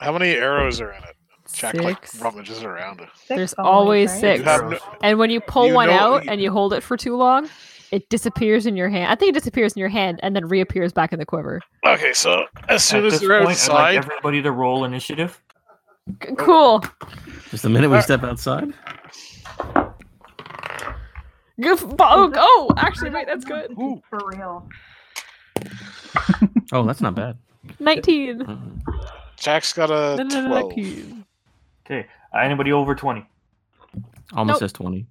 S6: How many arrows are in it? Jack
S4: Six.
S6: like rummages around it.
S3: Six
S4: There's always
S3: always, right?
S4: six.
S6: You have no-
S4: And when you pull
S6: You
S4: one
S6: know-
S4: out and you hold it for too long, it disappears in your hand. I think it disappears in your hand and then reappears back in the quiver.
S6: okay, so as soon as they're
S2: I'd like
S6: outside,
S2: everybody to roll initiative.
S6: Oh.
S4: C- cool.
S2: Uh,
S7: Just the minute we
S6: Alright.
S7: step outside.
S4: Goof. Oh, oh, actually, wait, that's good.
S6: Ooh.
S3: For real.
S7: Oh, that's not bad.
S4: 19.
S7: Mhm.
S6: Jack's got a
S4: No, no, no,
S6: 12.
S4: 19.
S2: Okay. Anybody over 20?
S7: Almost
S4: Nope.
S7: says twenty.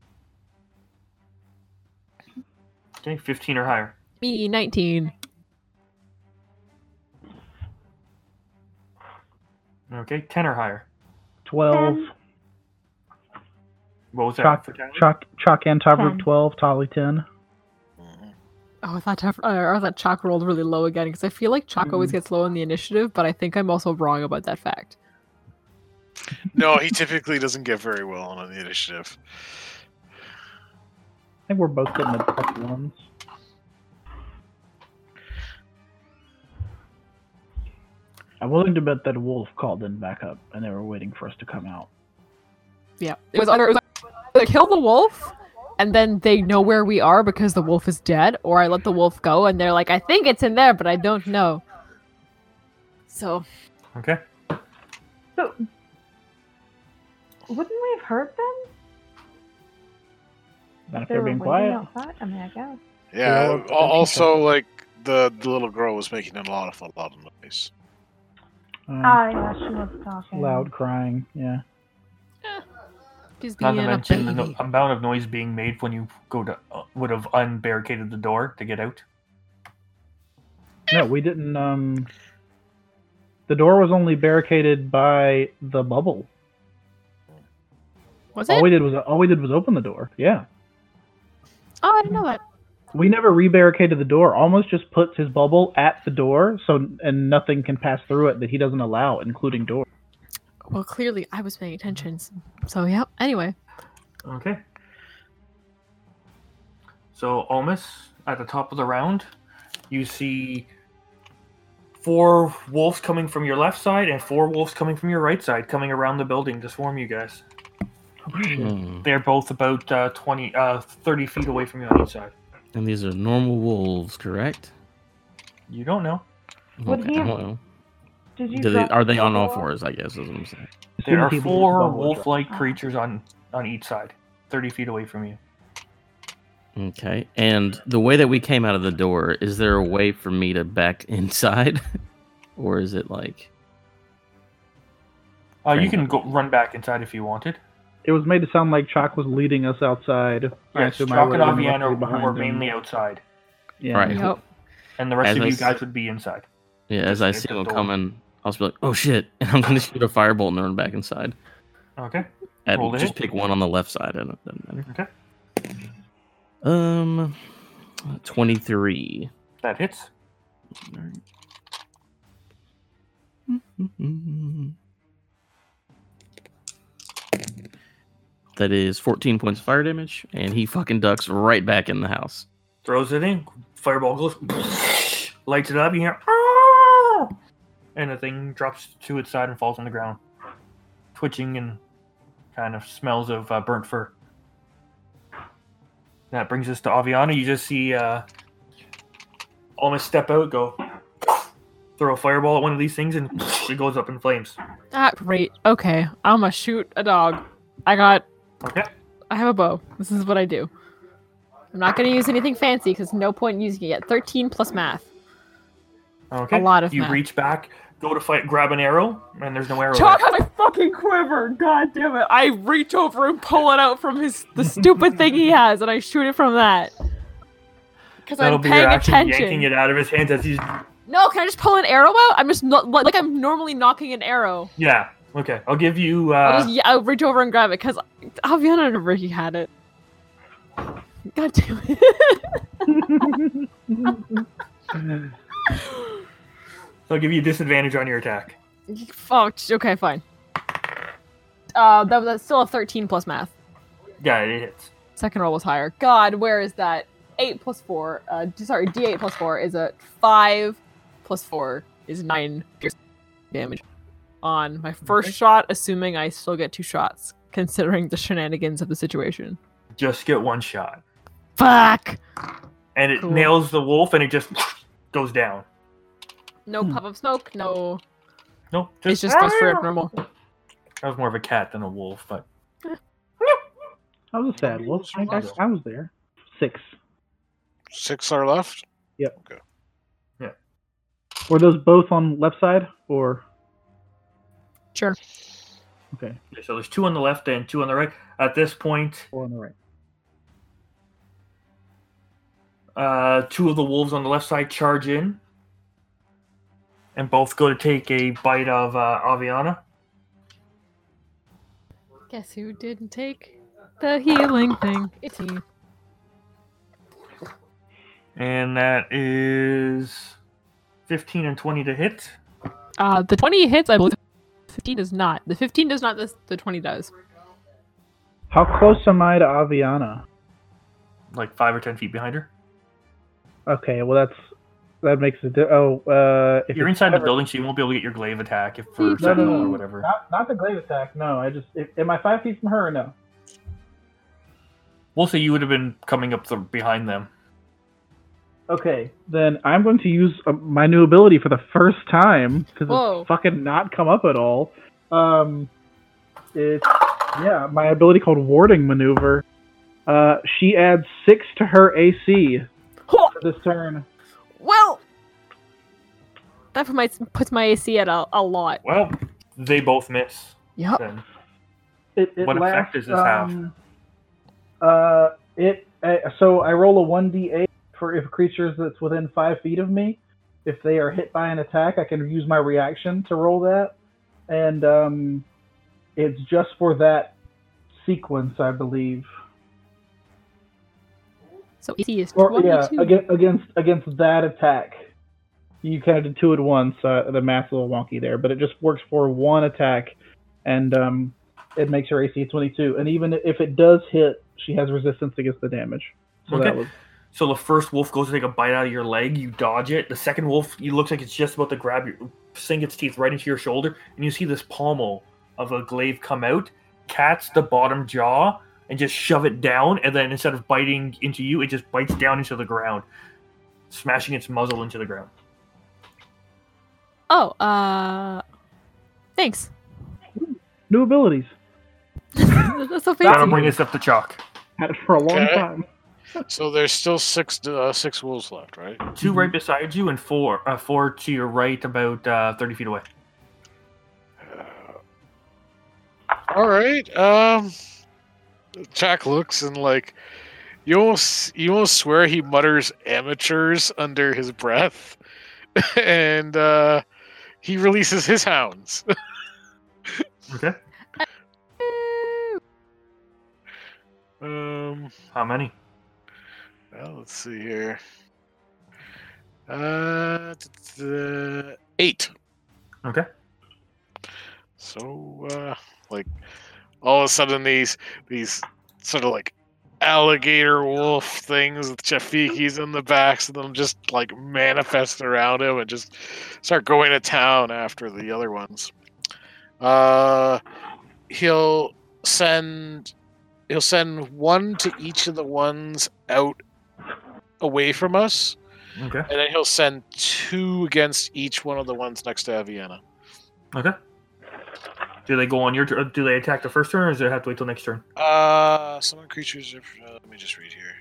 S2: Okay. 15 or higher.
S4: Me, 19.
S2: Okay. 10 or higher.
S5: Twelve.
S3: Ten.
S2: What was that?
S5: Chalk,
S2: for Tyler?
S5: chalk, chalk, and Tavrook
S4: Ten.
S5: twelve. Tolly ten.
S6: Mhm.
S4: Oh, I thought, Tef- uh, or that Chalk rolled really low again because I feel like Chalk
S6: Mm.
S4: always gets low in the initiative, but I think I'm also wrong about that fact.
S6: No, he typically doesn't get very well on the initiative.
S5: I think we're both getting the plus ones. I'm willing to bet that Wolf called them back up, and they were waiting for us to come out.
S4: Yeah, it was either it was either kill the wolf, and then they know where we are because the wolf is dead, or I let the wolf go and they're like, I think it's in there, but I don't know. So
S2: Okay.
S3: So, wouldn't we have heard them?
S5: Not if
S3: They
S5: they're
S3: were waiting
S5: being quiet. Mm.
S3: outside? I mean, I guess.
S5: Yeah,
S6: Yeah.
S5: well,
S6: al- Also, like the, the little girl was making a lot of a lot of noise.
S5: Um,
S3: Ah, yeah, she was talking.
S5: loud crying. Yeah.
S4: she's
S2: Not
S4: being
S2: to
S4: a
S2: mention the no-
S4: baby.
S2: amount of noise being made when you go to uh, would have unbarricaded the door to get out.
S5: No, we didn't. Um, the door was only barricaded by the bubble.
S4: Was
S5: All
S4: it?
S5: we did was all we did was open the door. Yeah.
S4: Oh, I didn't know that.
S5: We never rebarricaded the door. Almost just puts his bubble at the door, so and nothing can pass through it that he doesn't allow, including doors.
S4: Well, clearly I was paying attention. s- So yeah. Anyway,
S2: Okay. So, Almus, at the top of the round, you see four wolves coming from your left side and four wolves coming from your right side, coming around the building to swarm you guys. Mm.
S7: Hmm.
S2: They're both about uh, 20, uh, 30 feet away from you on each side.
S7: And these are normal wolves, correct?
S2: You don't know.
S3: Would he
S7: Okay,
S3: have-
S7: well,
S3: Did you
S7: do they,
S3: drop
S7: are they
S3: the
S7: on all
S3: ball?
S7: fours? I guess is what I'm saying.
S2: There are
S5: People
S2: four
S5: with bubble
S2: wolf-like
S3: Ah.
S2: creatures on on each side, 30 feet away from you.
S7: Okay. And the way that we came out of the door, is there a way for me to back inside, or is it like
S2: Uh, you
S7: Great.
S2: can go run back inside if you wanted.
S5: It was made to sound like Chalk was leading us outside. I
S2: Yes,
S5: assume I
S2: Jock
S5: would've
S2: and
S5: been
S2: Aviana
S5: luckily behind
S2: were
S5: him.
S2: mainly outside,
S5: Yeah.
S7: Right.
S4: yep.
S2: and the rest
S7: As
S2: of
S7: I
S2: you
S7: s-
S2: guys would be inside.
S7: yeah? As I
S2: Just
S7: see
S2: hit the
S7: them
S2: door.
S7: coming, I'll just be like, "Oh shit!" and I'm gonna shoot a firebolt and run back inside.
S2: Okay.
S7: And
S2: Roll to
S7: just
S2: hit.
S7: pick one on the left side. and It doesn't matter.
S2: Okay.
S7: Um, twenty-three.
S2: That hits.
S7: That is 14 points of fire damage, and he fucking ducks right back in the house.
S2: Throws it in. Fireball goes. lights it up. You hear. "Ah!" And the thing drops to its side and falls on the ground, twitching and kind of smells of uh, burnt fur. That brings us to Aviana. You just see uh, almost step out, go throw a fireball at one of these things, and it goes up in flames.
S4: Ah, great. Okay, I'm gonna shoot a dog. I got.
S2: Okay.
S4: I have a bow. This is what I do. I'm not gonna use anything fancy because no point in using it yet. 13 plus math.
S2: Okay.
S4: lot of
S2: you
S4: math.
S2: reach back, go to fight, grab an arrow, and there's no arrow.
S4: Chalk
S2: left.
S4: on my fucking quiver! God damn it! I reach over and pull it out from his the stupid thing he has, and I shoot it from that. Because
S2: That'll
S4: I'm
S2: be your
S4: paying
S2: action, yanking
S4: attention.
S2: it out of his hands as he's
S4: No, can I just pull an arrow out? I'm just not, like I'm normally knocking an arrow.
S2: Yeah. Okay. I'll give you.
S4: I'll
S2: Uh,
S4: just yeah, I'll reach over and grab it because Aviana and Ricky had it. God damn it!
S2: I'll give you disadvantage on your attack.
S4: oh, okay, fine. Uh, that, that's still a 13 plus math.
S2: Yeah, it hits.
S4: Second roll was higher. God, where is that? Eight plus four. Uh, d- sorry, D eight plus four is a five. Plus four is nine piercing damage. On my first shot, assuming I still get two shots, considering the shenanigans of the situation.
S2: Just get one shot,
S4: Fuck.
S2: and it
S4: Cool.
S2: nails the wolf, and it just goes down.
S4: No puff of smoke. No.
S2: No, just,
S4: It's just goes for abnormal.
S2: that was more of a cat than a wolf, but
S5: I was a sad wolf. I, I, I was there. six.
S6: Six are left.
S5: Were those both on left side or
S4: Sure.
S5: okay,
S2: So there's two on the left and two on the right. At this point,
S5: or on the right?
S2: uh, two of the wolves on the left side charge in, and both go to take a bite of uh, Aviana.
S4: Guess who didn't take the healing thing? It's you.
S2: And that is 15 and 20 to hit.
S4: Uh, the 20 hits, I believe. 15 does not. The 15 does not, this, the 20 does.
S5: How close am I to Aviana?
S2: Like 5 or 10 feet behind her.
S5: Okay, well that's that makes it. Oh, uh, if
S2: You're
S5: it's
S2: inside the
S5: covered-
S2: building, so you won't be able to get your glaive attack if for
S4: No, no,
S2: or
S4: no.
S2: whatever.
S5: Not, not the glaive attack. No, I just if, am I five feet from her or no?
S2: We'll say you would have been coming up the, behind them.
S5: Okay, then I'm going to use uh, my new ability for the first time because
S4: Whoa.
S5: it's fucking not come up at all. Um, it's yeah, my ability called warding maneuver. Uh, she adds six to her AC
S4: Hwah!
S5: for this turn.
S4: Well, that put my, puts my AC at a, a lot.
S2: Well, they both miss.
S4: Yep.
S2: Then.
S5: It, it
S2: What effect
S5: lasts,
S2: does this have?
S5: um, Uh, it uh, so I roll a one d eight for if creatures that's within five feet of me. If they are hit by an attack, I can use my reaction to roll that, and um, it's just for that sequence, I believe.
S4: So AC is
S5: Or
S4: 22.
S5: yeah, against against against that attack. You kind of did two at once. Uh, the math's a little wonky there, but it just works for one attack, and um, it makes her AC 22. And even if it does hit, she has resistance against the damage. So that
S2: Okay.
S5: was
S2: So the first wolf goes to take a bite out of your leg, you dodge it. The second wolf, you looks like it's just about to grab your, sink its teeth right into your shoulder, and you see this pommel of a glaive come out, catch the bottom jaw, and just shove it down. And then instead of biting into you, it just bites down into the ground, smashing its muzzle into the ground.
S4: Oh, uh. Thanks.
S5: new abilities.
S4: That's
S2: That'll
S4: so fancy.
S2: bring us up to chalk.
S5: Had it for a long
S6: Okay.
S5: time.
S6: So there's still six uh, six wolves left, right?
S2: 2 right beside you, and four, uh, four to your right, about uh, thirty feet away.
S6: All right. Um, Jack looks and like you almost you almost swear he mutters amateurs under his breath, and uh, he releases his hounds.
S2: Okay.
S6: um,
S2: How many?
S6: well, let's see here. Uh, t- t- eight.
S2: Okay.
S6: So, uh, like, all of a sudden, these these sort of like alligator wolf things with Chafiki's in the backs of them just like manifest around him and just start going to town after the other ones. Uh, he'll send he'll send one to each of the ones out away from us,
S2: Okay.
S6: and then he'll send two against each one of the ones next to Aviana.
S2: Okay. Do they go on your? tur- uh, Do they attack the first turn, or does it have to wait till next turn?
S6: Uh, summon creatures. Are, uh, let me just read here.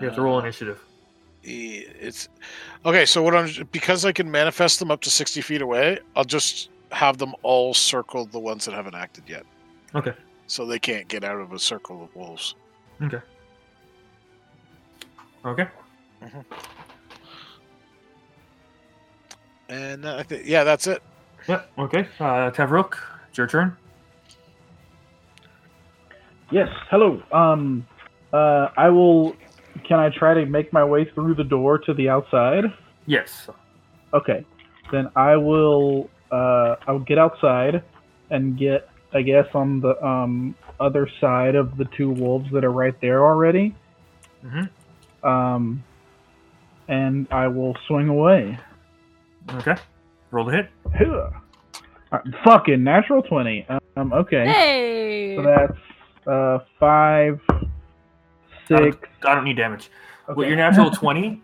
S2: You have to roll
S6: Uh,
S2: initiative.
S6: e- It's okay. So what I'm because I can manifest them up to sixty feet away. I'll just have them all circle the ones that haven't acted yet.
S2: Okay.
S6: So they can't get out of a circle of wolves.
S2: Okay.
S6: And uh, I thi- yeah, that's it.
S2: Yeah. Okay. Uh, Tavrook, it's your turn.
S5: Yes. Hello. Um, uh, I will. Can I try to make my way through the door to the outside?
S2: Yes.
S5: Okay, then I will. Uh, I'll get outside and get. I guess on the um, other side of the two wolves that are right there already.
S2: Mhm.
S5: Um, and I will swing away.
S2: Okay. Roll the hit.
S5: Huh. Alright, fucking natural twenty. Um, okay.
S4: Hey!
S5: So that's uh five, six.
S2: I don't need damage.
S5: Okay.
S2: With your natural twenty,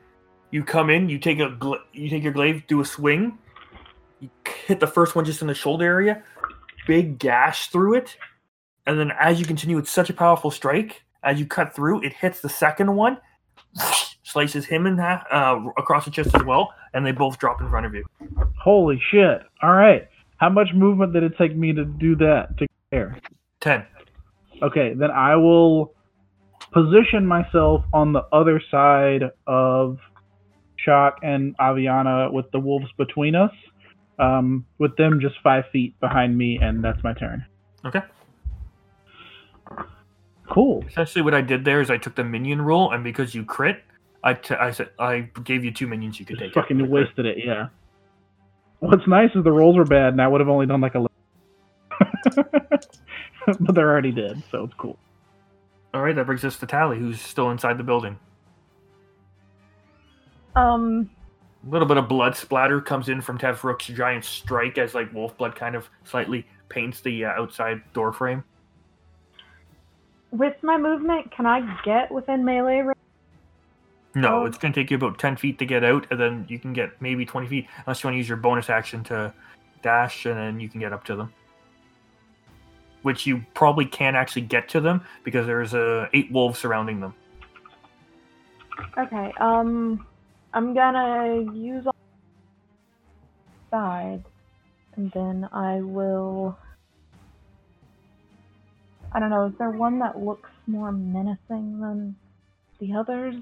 S2: you come in. You take a. Gla- you take your glaive. Do a swing. You k- hit the first one just in the shoulder area. Big gash through it, and then as you continue, it's such a powerful strike. As you cut through, it hits the second one, slices him in half uh, across the chest as well, and they both drop in front of you.
S5: Holy shit! All right, how much movement did it take me to do that to there?
S2: Ten.
S5: Okay, then I will position myself on the other side of Shock and Aviana with the wolves between us, um, with them just five feet behind me, and that's my turn.
S2: Okay.
S5: Cool.
S2: Essentially, what I did there is I took the minion rule, and because you crit, I, t- I said I gave you two minions you could take.
S5: Just fucking wasted it, yeah. What's nice is the rolls were bad, and I would have only done like a. but they're already dead, so it's cool.
S2: All right, that brings us to Tally, who's still inside the building.
S3: Um,
S2: A little bit of blood splatter comes in from Tevrook's giant strike as like wolf blood kind of slightly paints the uh, outside door frame.
S3: with my movement, can I get within melee range?
S2: No,
S3: Oh.
S2: it's going to take you about 10 feet to get out, and then you can get maybe 20 feet, unless you want to use your bonus action to dash, and then you can get up to them. Which you probably can't actually get to them because there's uh, eight wolves surrounding them.
S3: Okay. Um, I'm gonna use all side, and then I will. I don't know. Is there one that looks more menacing than the others?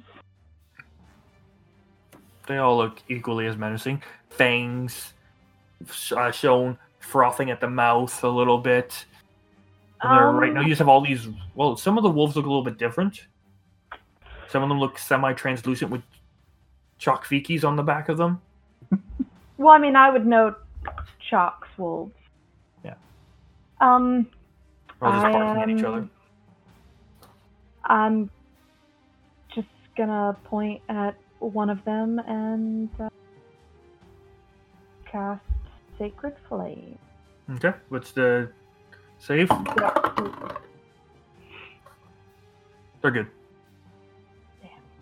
S2: They all look equally as menacing. Fangs sh- uh, shown, frothing at the mouth a little bit. And they're right now,
S3: Um,
S2: you just have all these. Well, some of the wolves look a little bit different. Some of them look semi translucent with chalk fikis on the back of them.
S3: Well, I mean, I would know Chalk's wolves.
S2: Yeah.
S3: Um,
S2: Or just barking at each
S3: Um,
S2: other.
S3: I'm just gonna point at one of them and uh, cast Sacred Flame.
S2: Okay, what's the save? They're good.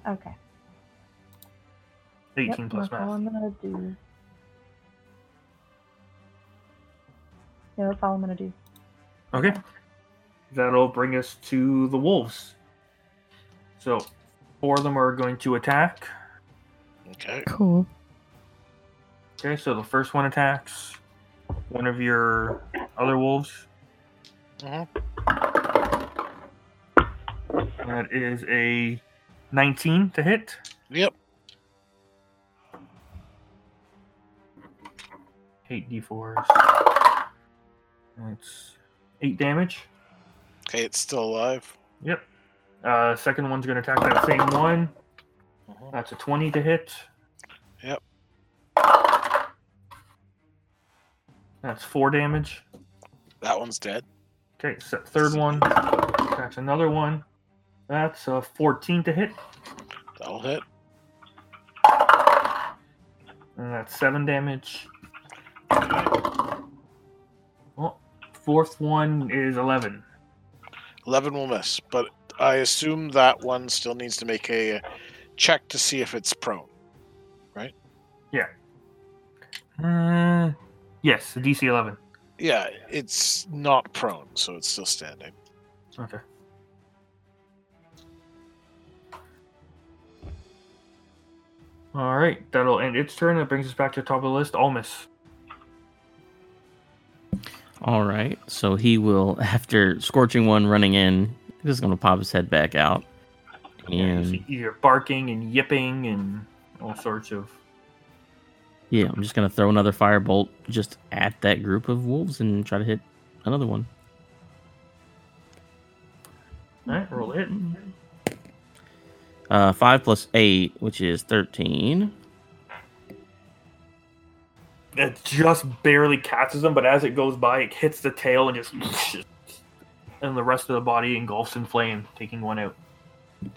S3: Okay.
S2: 18 plus
S3: that's all
S2: math.
S3: I'm gonna do. Yeah, that's all I'm gonna do.
S2: Okay. That'll bring us to the wolves. So, four of them are going to attack.
S6: Okay.
S4: Cool.
S2: Okay, so the first one attacks one of your other wolves.
S6: Mhm.
S2: That is a 19 to hit.
S6: Yep.
S2: 8 d4s. That's 8 damage.
S6: Okay, it's still alive.
S2: Yep. Uh, second one's going to attack that same one.
S6: Mhm.
S2: That's a 20 to hit.
S6: Yep.
S2: That's 4 damage.
S6: That one's dead.
S2: Okay, so third one attacks another one. That's a 14 to hit,
S6: That'll hit.
S2: and that's 7 damage.
S6: Okay.
S2: Well, Oh, fourth one is 11.
S6: 11 will miss, but I assume that one still needs to make a uh, check to see if it's prone.
S2: Uh, yes, a DC 11.
S6: Yeah, it's not prone, so it's still standing.
S2: Okay. All right, that'll end its turn. That brings us back to the top of the list. Almus.
S7: All right. So he will, after scorching one running in, he's just going to pop his head back out.
S2: You
S7: And
S2: see You're barking and yipping and all sorts of.
S7: yeah, I'm just going to throw another firebolt just at that group of wolves and try to hit another one.
S2: All right, roll it.
S7: Uh, 5 plus 8, which is 13.
S2: It just barely catches them, but as it goes by, it hits the tail and just. And the rest of the body engulfs in flame, taking one out.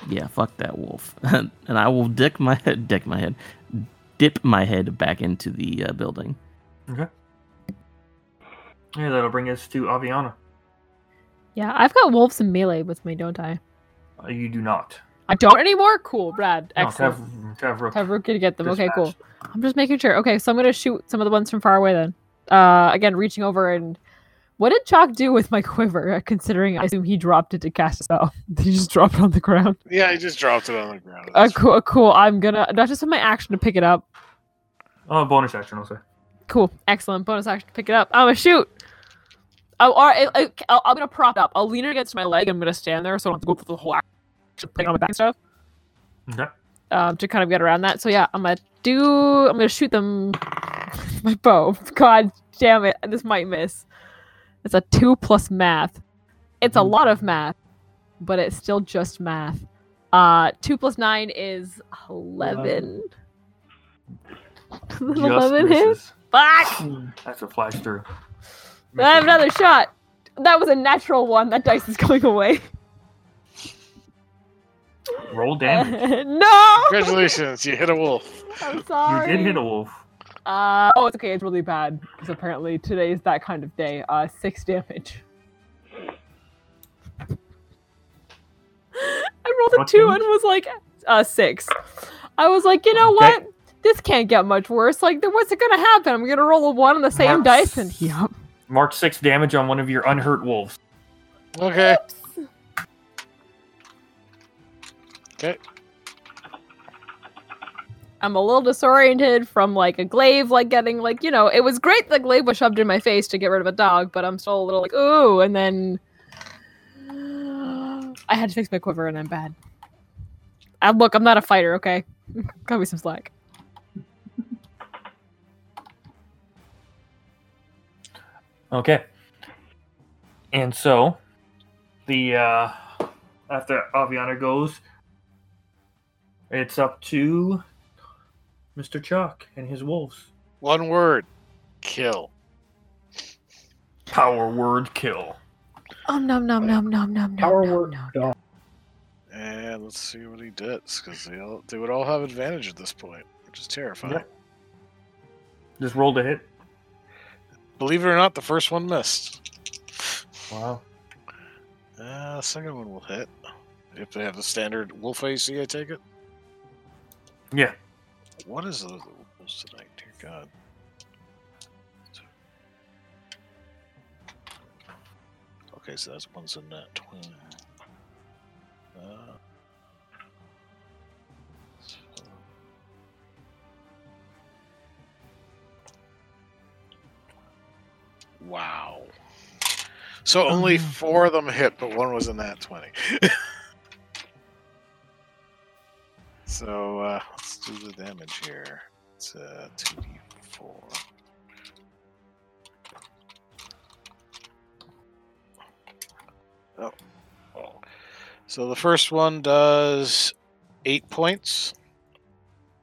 S7: Yeah, fuck that wolf. and I will dick my head, dick my head, dip my head back into the uh, building.
S2: Yeah, that'll bring us to Aviana.
S4: Yeah, I've got wolves in melee with me, don't I?
S2: Uh, you do not.
S4: I don't anymore. Cool, Brad.
S2: No,
S4: Excellent.
S2: Tav- Tavrook
S4: Tavrook can get them. Okay, cool.
S2: dispatched.
S4: I'm just making sure. Okay, so I'm gonna shoot some of the ones from far away then. Uh, again, reaching over and What did Chalk do with my quiver? Considering I assume he dropped it to cast a spell. Did he just drop it on the ground?
S6: Yeah, I just dropped it on the ground.
S4: Uh,
S6: That's fine.
S4: cool, uh, cool. I'm gonna. That's just my action to pick it up.
S2: Oh, bonus action also.
S4: Cool, excellent. Bonus action to pick it up. I'm gonna shoot. Oh, all right. I, I, I'm gonna prop it up. I'll lean it against my leg. I'm gonna stand there so I don't have to go through the whole action, putting it on my back and stuff.
S2: Okay.
S4: um, to kind of get around that. So yeah, I'm gonna do. I'm gonna shoot them. with my bow. God damn it! This might miss. It's a two plus math. It's a
S2: Hmm.
S4: lot of math, but it's still just math. Uh, two plus nine is eleven. Does an eleven hit?
S2: misses.
S4: Fuck!
S2: That's a flash through.
S4: I have another shot. That was a natural one. That dice is going away.
S2: Roll damage.
S4: no.
S6: Congratulations, you hit a wolf.
S4: I'm
S2: you
S4: sorry.
S2: did hit a wolf.
S4: Uh, oh, it's okay. It's really bad because apparently today is that kind of day. Uh, six damage. I rolled a
S2: What
S4: two
S2: damage?
S4: and was like, uh, six. I was like, you know
S2: Okay.
S4: what? This can't get much worse. Like, th- what's it gonna happen? I'm gonna roll a one on the same
S2: Mark.
S4: dice, and yup.
S2: Mark six damage on one of your unhurt wolves.
S6: Okay.
S4: I'm a little disoriented from like a glaive, like getting like you know, it was great the glaive was shoved in my face to get rid of a dog, but I'm still a little like ooh, and then I had to fix my quiver, and I'm bad. Uh, look, I'm not a fighter, okay? Got me some slack.
S2: Okay. And so, the uh, after Aviana goes, it's up to Mr. Chalk and his wolves.
S6: One word. Kill.
S2: Power word kill.
S4: Um nom nom nom nom nom
S5: Power
S4: nom
S5: work.
S4: nom.
S5: dog.
S6: And let's see what he does, because they all they would all have advantage at this point, which is terrifying.
S2: Yeah. Just rolled a hit.
S6: Believe it or not, the first one missed.
S2: Wow.
S6: Uh, the second one will hit. If they have the standard wolf AC, I take it.
S2: Yeah.
S6: What is those wolves tonight, dear God? Okay, so that's one's a nat twenty. Uh, so- Wow. So only four of them hit, but one was a nat twenty. So uh, let's do the damage here. It's uh, 2d4. Oh. oh. So the first one does 8 points.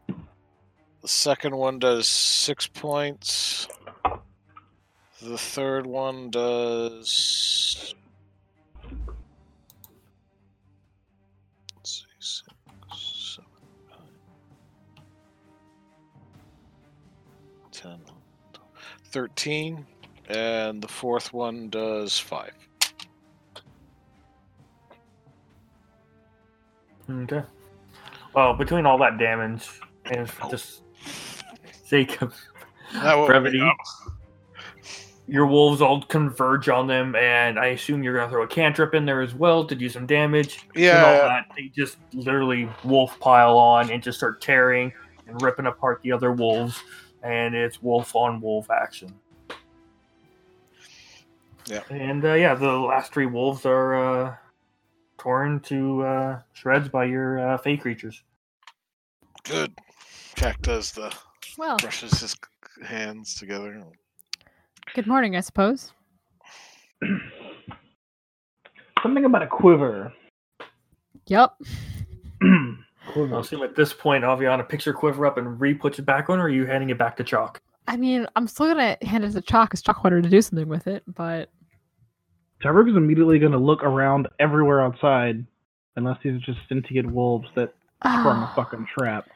S6: The second one does 6 points. The third one does. Let's see, six, seven, nine, 10, 13, and the fourth one does five.
S2: Okay. Well, between all that damage and for just sake of
S6: That will-
S2: brevity,
S6: oh,
S2: your wolves all converge on them, and I assume you're gonna throw a cantrip in there as well to do some damage. And all
S6: Yeah,
S2: that, they just literally wolf pile on and just start tearing and ripping apart the other wolves, and it's wolf on wolf action.
S6: Yeah.
S2: And uh, yeah, the last three wolves are uh, torn to uh, shreds by your uh, fey creatures.
S6: good. Jack does the
S5: Oh.
S4: Well,
S6: brushes his hands together.
S4: good morning, I suppose.
S5: Something about a quiver.
S4: Yep.
S2: I
S5: quiver.
S2: assume at this point, Aviana picks her quiver up and re-puts it back on, or are you handing it back to Chalk?
S4: I mean, I'm still gonna hand it to Chalk because Chalk wanted to do something with it, but
S5: Tyberg is immediately going to look around everywhere outside, unless these are just sentient wolves that form a
S4: Ah,
S5: fucking trap.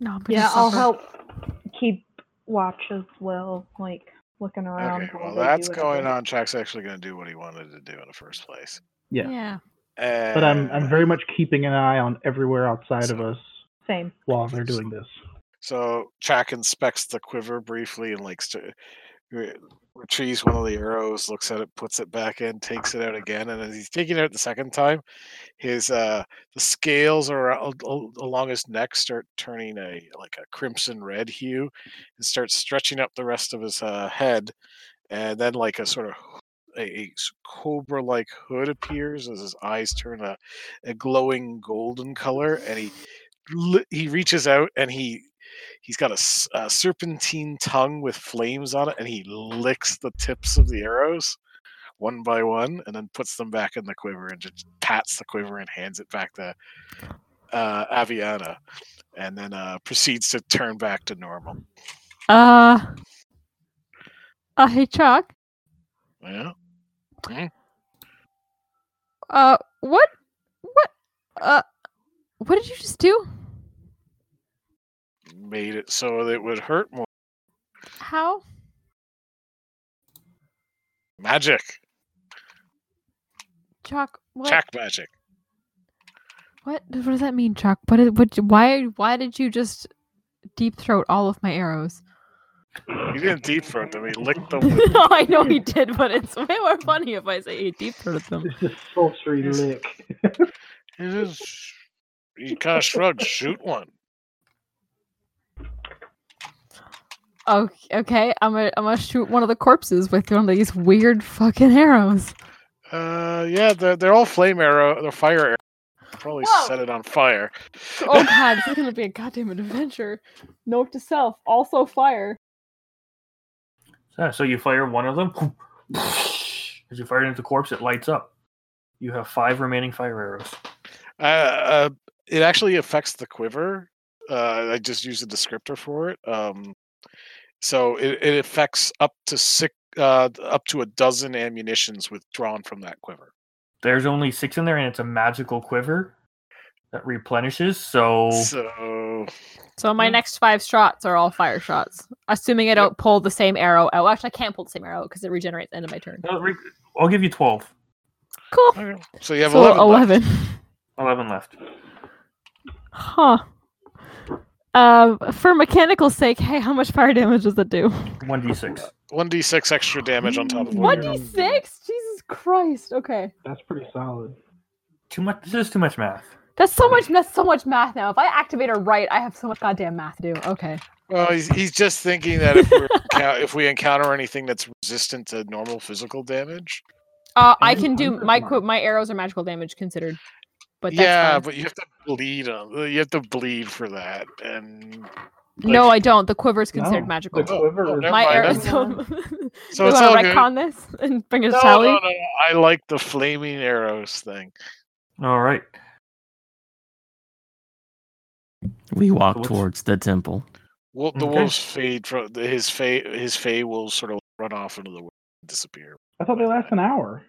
S4: no, I'm gonna
S3: Yeah, I'll
S4: suffer.
S3: help keep watch as well, like looking around.
S6: Okay,
S3: while
S6: well,
S3: they
S6: that's
S3: do it.
S6: going on. Jack's actually going to do what he wanted to do in the first place.
S5: Yeah.
S4: yeah.
S5: But I'm I'm very much keeping an eye on everywhere outside of us
S3: Same.
S5: while they're doing this.
S6: So Chak inspects the quiver briefly and like st- re- retrieves one of the arrows, looks at it, puts it back in, takes it out again, and as he's taking it out the second time, his uh the scales are along his neck start turning a like a crimson red hue, and starts stretching up the rest of his uh, head, and then like a sort of a, a cobra like hood appears as his eyes turn a, a glowing golden color, and he li- he reaches out and he he's got a, s- a serpentine tongue with flames on it and he licks the tips of the arrows one by one and then puts them back in the quiver and just pats the quiver and hands it back to uh, aviana and then uh, proceeds to turn back to normal
S4: Uh. Uh, hey Chuck.
S6: yeah
S4: Uh, what? What? Uh, what did you just do?
S6: made it so that it would hurt more
S4: How?
S6: magic
S4: Chuck, what?
S6: check magic
S4: What? What does that mean, Chuck? What? Is, what? Why? Why did you just deep throat all of my arrows?
S6: he didn't deep throat them he licked them with
S4: no, I know he did, but it's way more funny if I say he deep throated them.
S5: It's a sultry
S6: Yes.
S5: lick.
S6: he just he kind of shrugged shoot one
S4: Okay, okay, I'm gonna I'm gonna shoot one of the corpses with one of these weird fucking arrows.
S6: Uh, yeah, they're, they're all flame arrow, they're fire arrow. Probably
S4: Whoa.
S6: set it on fire.
S4: Oh god, this is gonna be a goddamn adventure. Note to self: also fire.
S2: Yeah, so you fire one of them. As you fire it into the corpse, it lights up. You have five remaining fire arrows.
S6: Uh, uh, it actually affects the quiver. Uh, I just used a descriptor for it. Um, so it, it affects up to six, uh, up to a dozen ammunitions withdrawn from that quiver.
S2: There's only six in there, and it's a magical quiver that replenishes. So
S6: So
S4: So my next five shots are all fire shots, assuming I don't pull the same arrow out. Actually, I can't pull the same arrow because it regenerates at the end of my turn.
S2: No, re- I'll give you 12.
S4: Cool.
S6: okay, so you have
S4: so
S6: eleven. left.
S2: 11 left.
S4: Huh. Um, for mechanical's sake, hey, how much fire damage does that do?
S2: 1d6.
S6: 1d6 extra damage on top of
S5: What
S4: One
S6: what?
S5: do
S4: d
S5: you-
S4: six. Jesus Christ. Okay,
S5: That's pretty solid.
S2: Too much. This is too much math.
S4: that's so much. That's so much math now. If I activate her right, I have so much goddamn math to do. Okay.
S6: Well, he's, he's just thinking that if, we're, encou- if we encounter anything that's resistant to normal physical damage,
S4: Uh, I
S5: And
S4: can do my
S5: undermine.
S4: qu- my arrows are magical damage considered, but that's
S6: yeah,
S4: fine.
S6: but you have to bleed on. You have to bleed for that, and
S4: no,
S6: like-
S4: I don't. The quiver is considered
S5: No,
S4: magical.
S5: The quiver
S6: Oh,
S5: is-
S6: never
S4: my
S6: mind,
S4: arrows.
S6: that's-
S4: So,
S3: Yeah.
S6: so
S4: you
S6: it's all
S4: want to
S6: good.
S4: retcon this and bring us
S6: No,
S4: tally?
S6: no, no, I like the flaming arrows thing.
S2: All right.
S7: We walk
S2: what's-
S7: towards the temple.
S6: Well, the
S2: Okay.
S6: wolves fade from his fey. His fey will sort of run off into the wind and disappear.
S5: I thought they last an hour.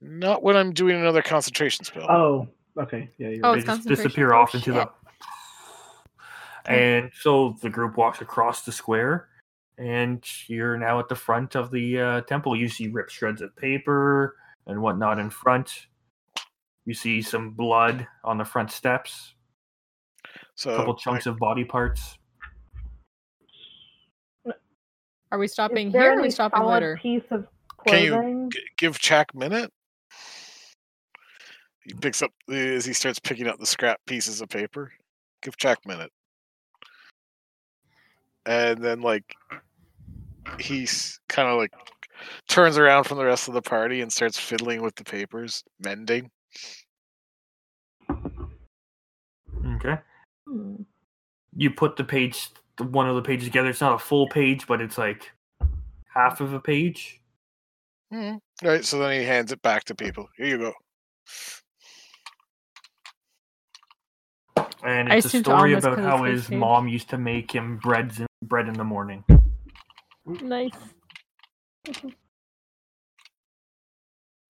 S6: Not when I'm doing another concentration spell.
S5: Oh, okay. Yeah, you're
S2: they
S4: Oh,
S5: right.
S2: just
S4: it's concentration.
S2: disappear
S4: Oh,
S2: off into the. And so the group walks across the square, and you're now at the front of the uh, temple. You see ripped shreds of paper and whatnot in front. You see some blood on the front steps, a
S6: so
S2: couple chunks of body parts.
S4: Are we stopping
S3: Is there
S4: here? Or are we
S3: any
S4: stopping
S3: solid
S4: later?
S3: piece of
S6: Can you
S3: clothing?
S6: g- give Chak minute. He picks up as he starts picking up the scrap pieces of paper. Give Chak minute. And then like he's kind of like turns around from the rest of the party and starts fiddling with the papers, mending.
S2: Okay.
S3: Hmm.
S2: You put the page, one of the pages together. It's not a full page, but it's like half of a page.
S6: Mm-hmm. Right, so then he hands it back to people. Here you go.
S2: And
S4: I
S2: it's a
S4: assumed
S2: story
S4: almost
S2: about
S4: 'cause
S2: how
S4: it's
S2: his
S4: page.
S2: mom used to make him breads in, bread in the morning. Uh,
S4: Nice.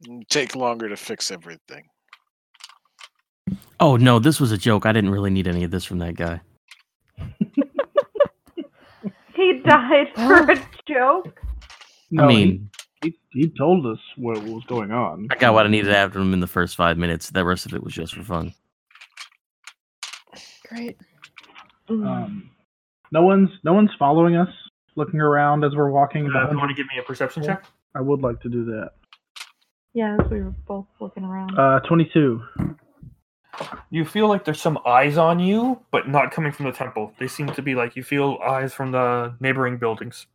S6: Mm, Take longer to fix everything.
S7: Oh no, this was a joke. I didn't really need any of this from that guy.
S3: He died for a joke.
S7: I
S5: No, he-
S7: mean,
S5: he, he told us what was going on.
S7: I got what I needed after him in the first five minutes. The rest of it was just for fun.
S4: Great.
S3: Mm.
S5: Uh, Um, no one's no one's following us. looking around as we're walking.
S2: Uh, if you
S5: behind-
S2: want to give me a perception check?
S5: I would like to do that.
S3: Yeah, as we were both looking around.
S5: Uh, 22.
S2: You feel like there's some eyes on you, but not coming from the temple. They seem to be like you feel eyes from the neighboring buildings.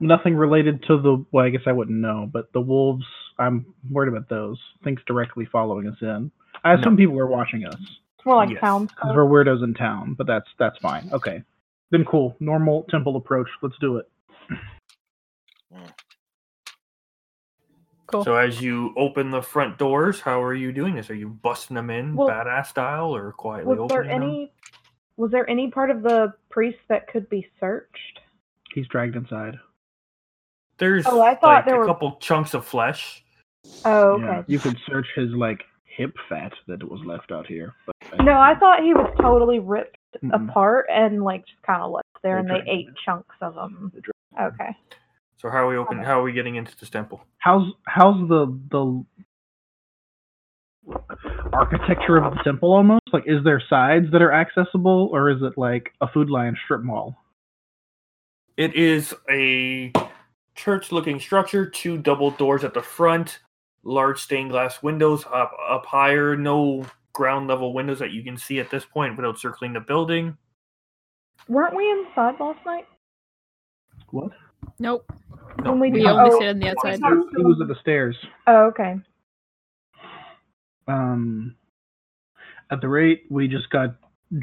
S5: Nothing related to the. Well, I guess I wouldn't know, but the wolves. I'm worried about those. Things directly following us in. I assume people are watching us
S3: it's more like
S2: yes.
S3: town
S5: because
S3: folk.
S5: we're weirdos in town. But that's that's fine. Okay, then cool. Normal temple approach. Let's do it.
S4: Cool.
S2: So as you open the front doors, how are you doing this? Are you busting them in,
S3: Well,
S2: badass style, or quietly
S3: Was there
S2: opening them?
S3: any? Was there any part of the priest that could be searched?
S5: He's dragged inside.
S2: There's
S3: Oh, I thought
S2: like,
S3: there
S2: a
S3: were-
S2: couple chunks of flesh.
S3: Oh,
S5: Yeah,
S3: okay.
S5: you could search his like hip fat that was left out here. But,
S3: No, I thought he was totally ripped
S5: Mm-mm.
S3: apart and like just kind of left there,
S5: Mm-hmm. They
S3: and they
S5: dragged
S3: ate
S5: him.
S3: chunks of them.
S5: They
S3: Okay.
S2: So how are we open? How are we getting into this temple?
S5: How's how's the the architecture of the temple almost? Like is there sides that are accessible or is it like a food lion strip mall?
S2: It is a church-looking structure. Two double doors at the front, large stained glass windows up up higher. No ground level windows that you can see at this point without circling the building.
S3: Weren't we inside last night?
S5: What?
S4: Nope.
S2: No,
S3: When we
S4: We
S3: Yeah.
S4: only
S3: Oh,
S4: sit on the outside.
S5: He he was at the stairs.
S3: Oh, okay.
S5: Um at the rate we just got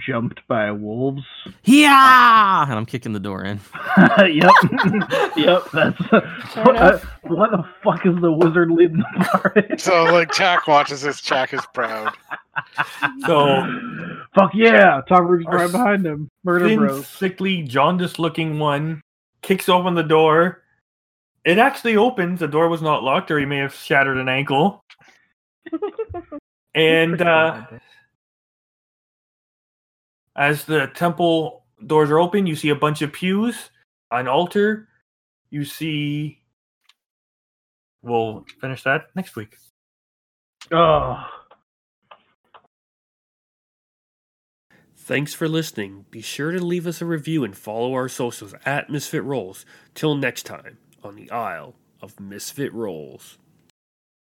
S5: jumped by wolves.
S7: Yeah, and I'm kicking the door in.
S5: yep. yep, that's
S4: Fair
S5: what, uh,
S4: enough.
S5: what the fuck is the wizard leading the party?
S6: So like Jack watches this. Jack is proud.
S2: So
S5: Fuck yeah! Topper's
S2: Our
S5: right behind him. Murder
S2: thin,
S5: bro.
S2: sickly, jaundiced-looking one kicks open the door. It actually opens. The door was not locked, or he may have shattered an ankle. And uh, As the temple doors are open, you see a bunch of pews, an altar. You see. We'll finish that next week.
S5: Oh.
S1: Thanks for listening. Be sure to leave us a review and follow our socials at Misfit Rolls. Till next time on the Isle of Misfit Rolls.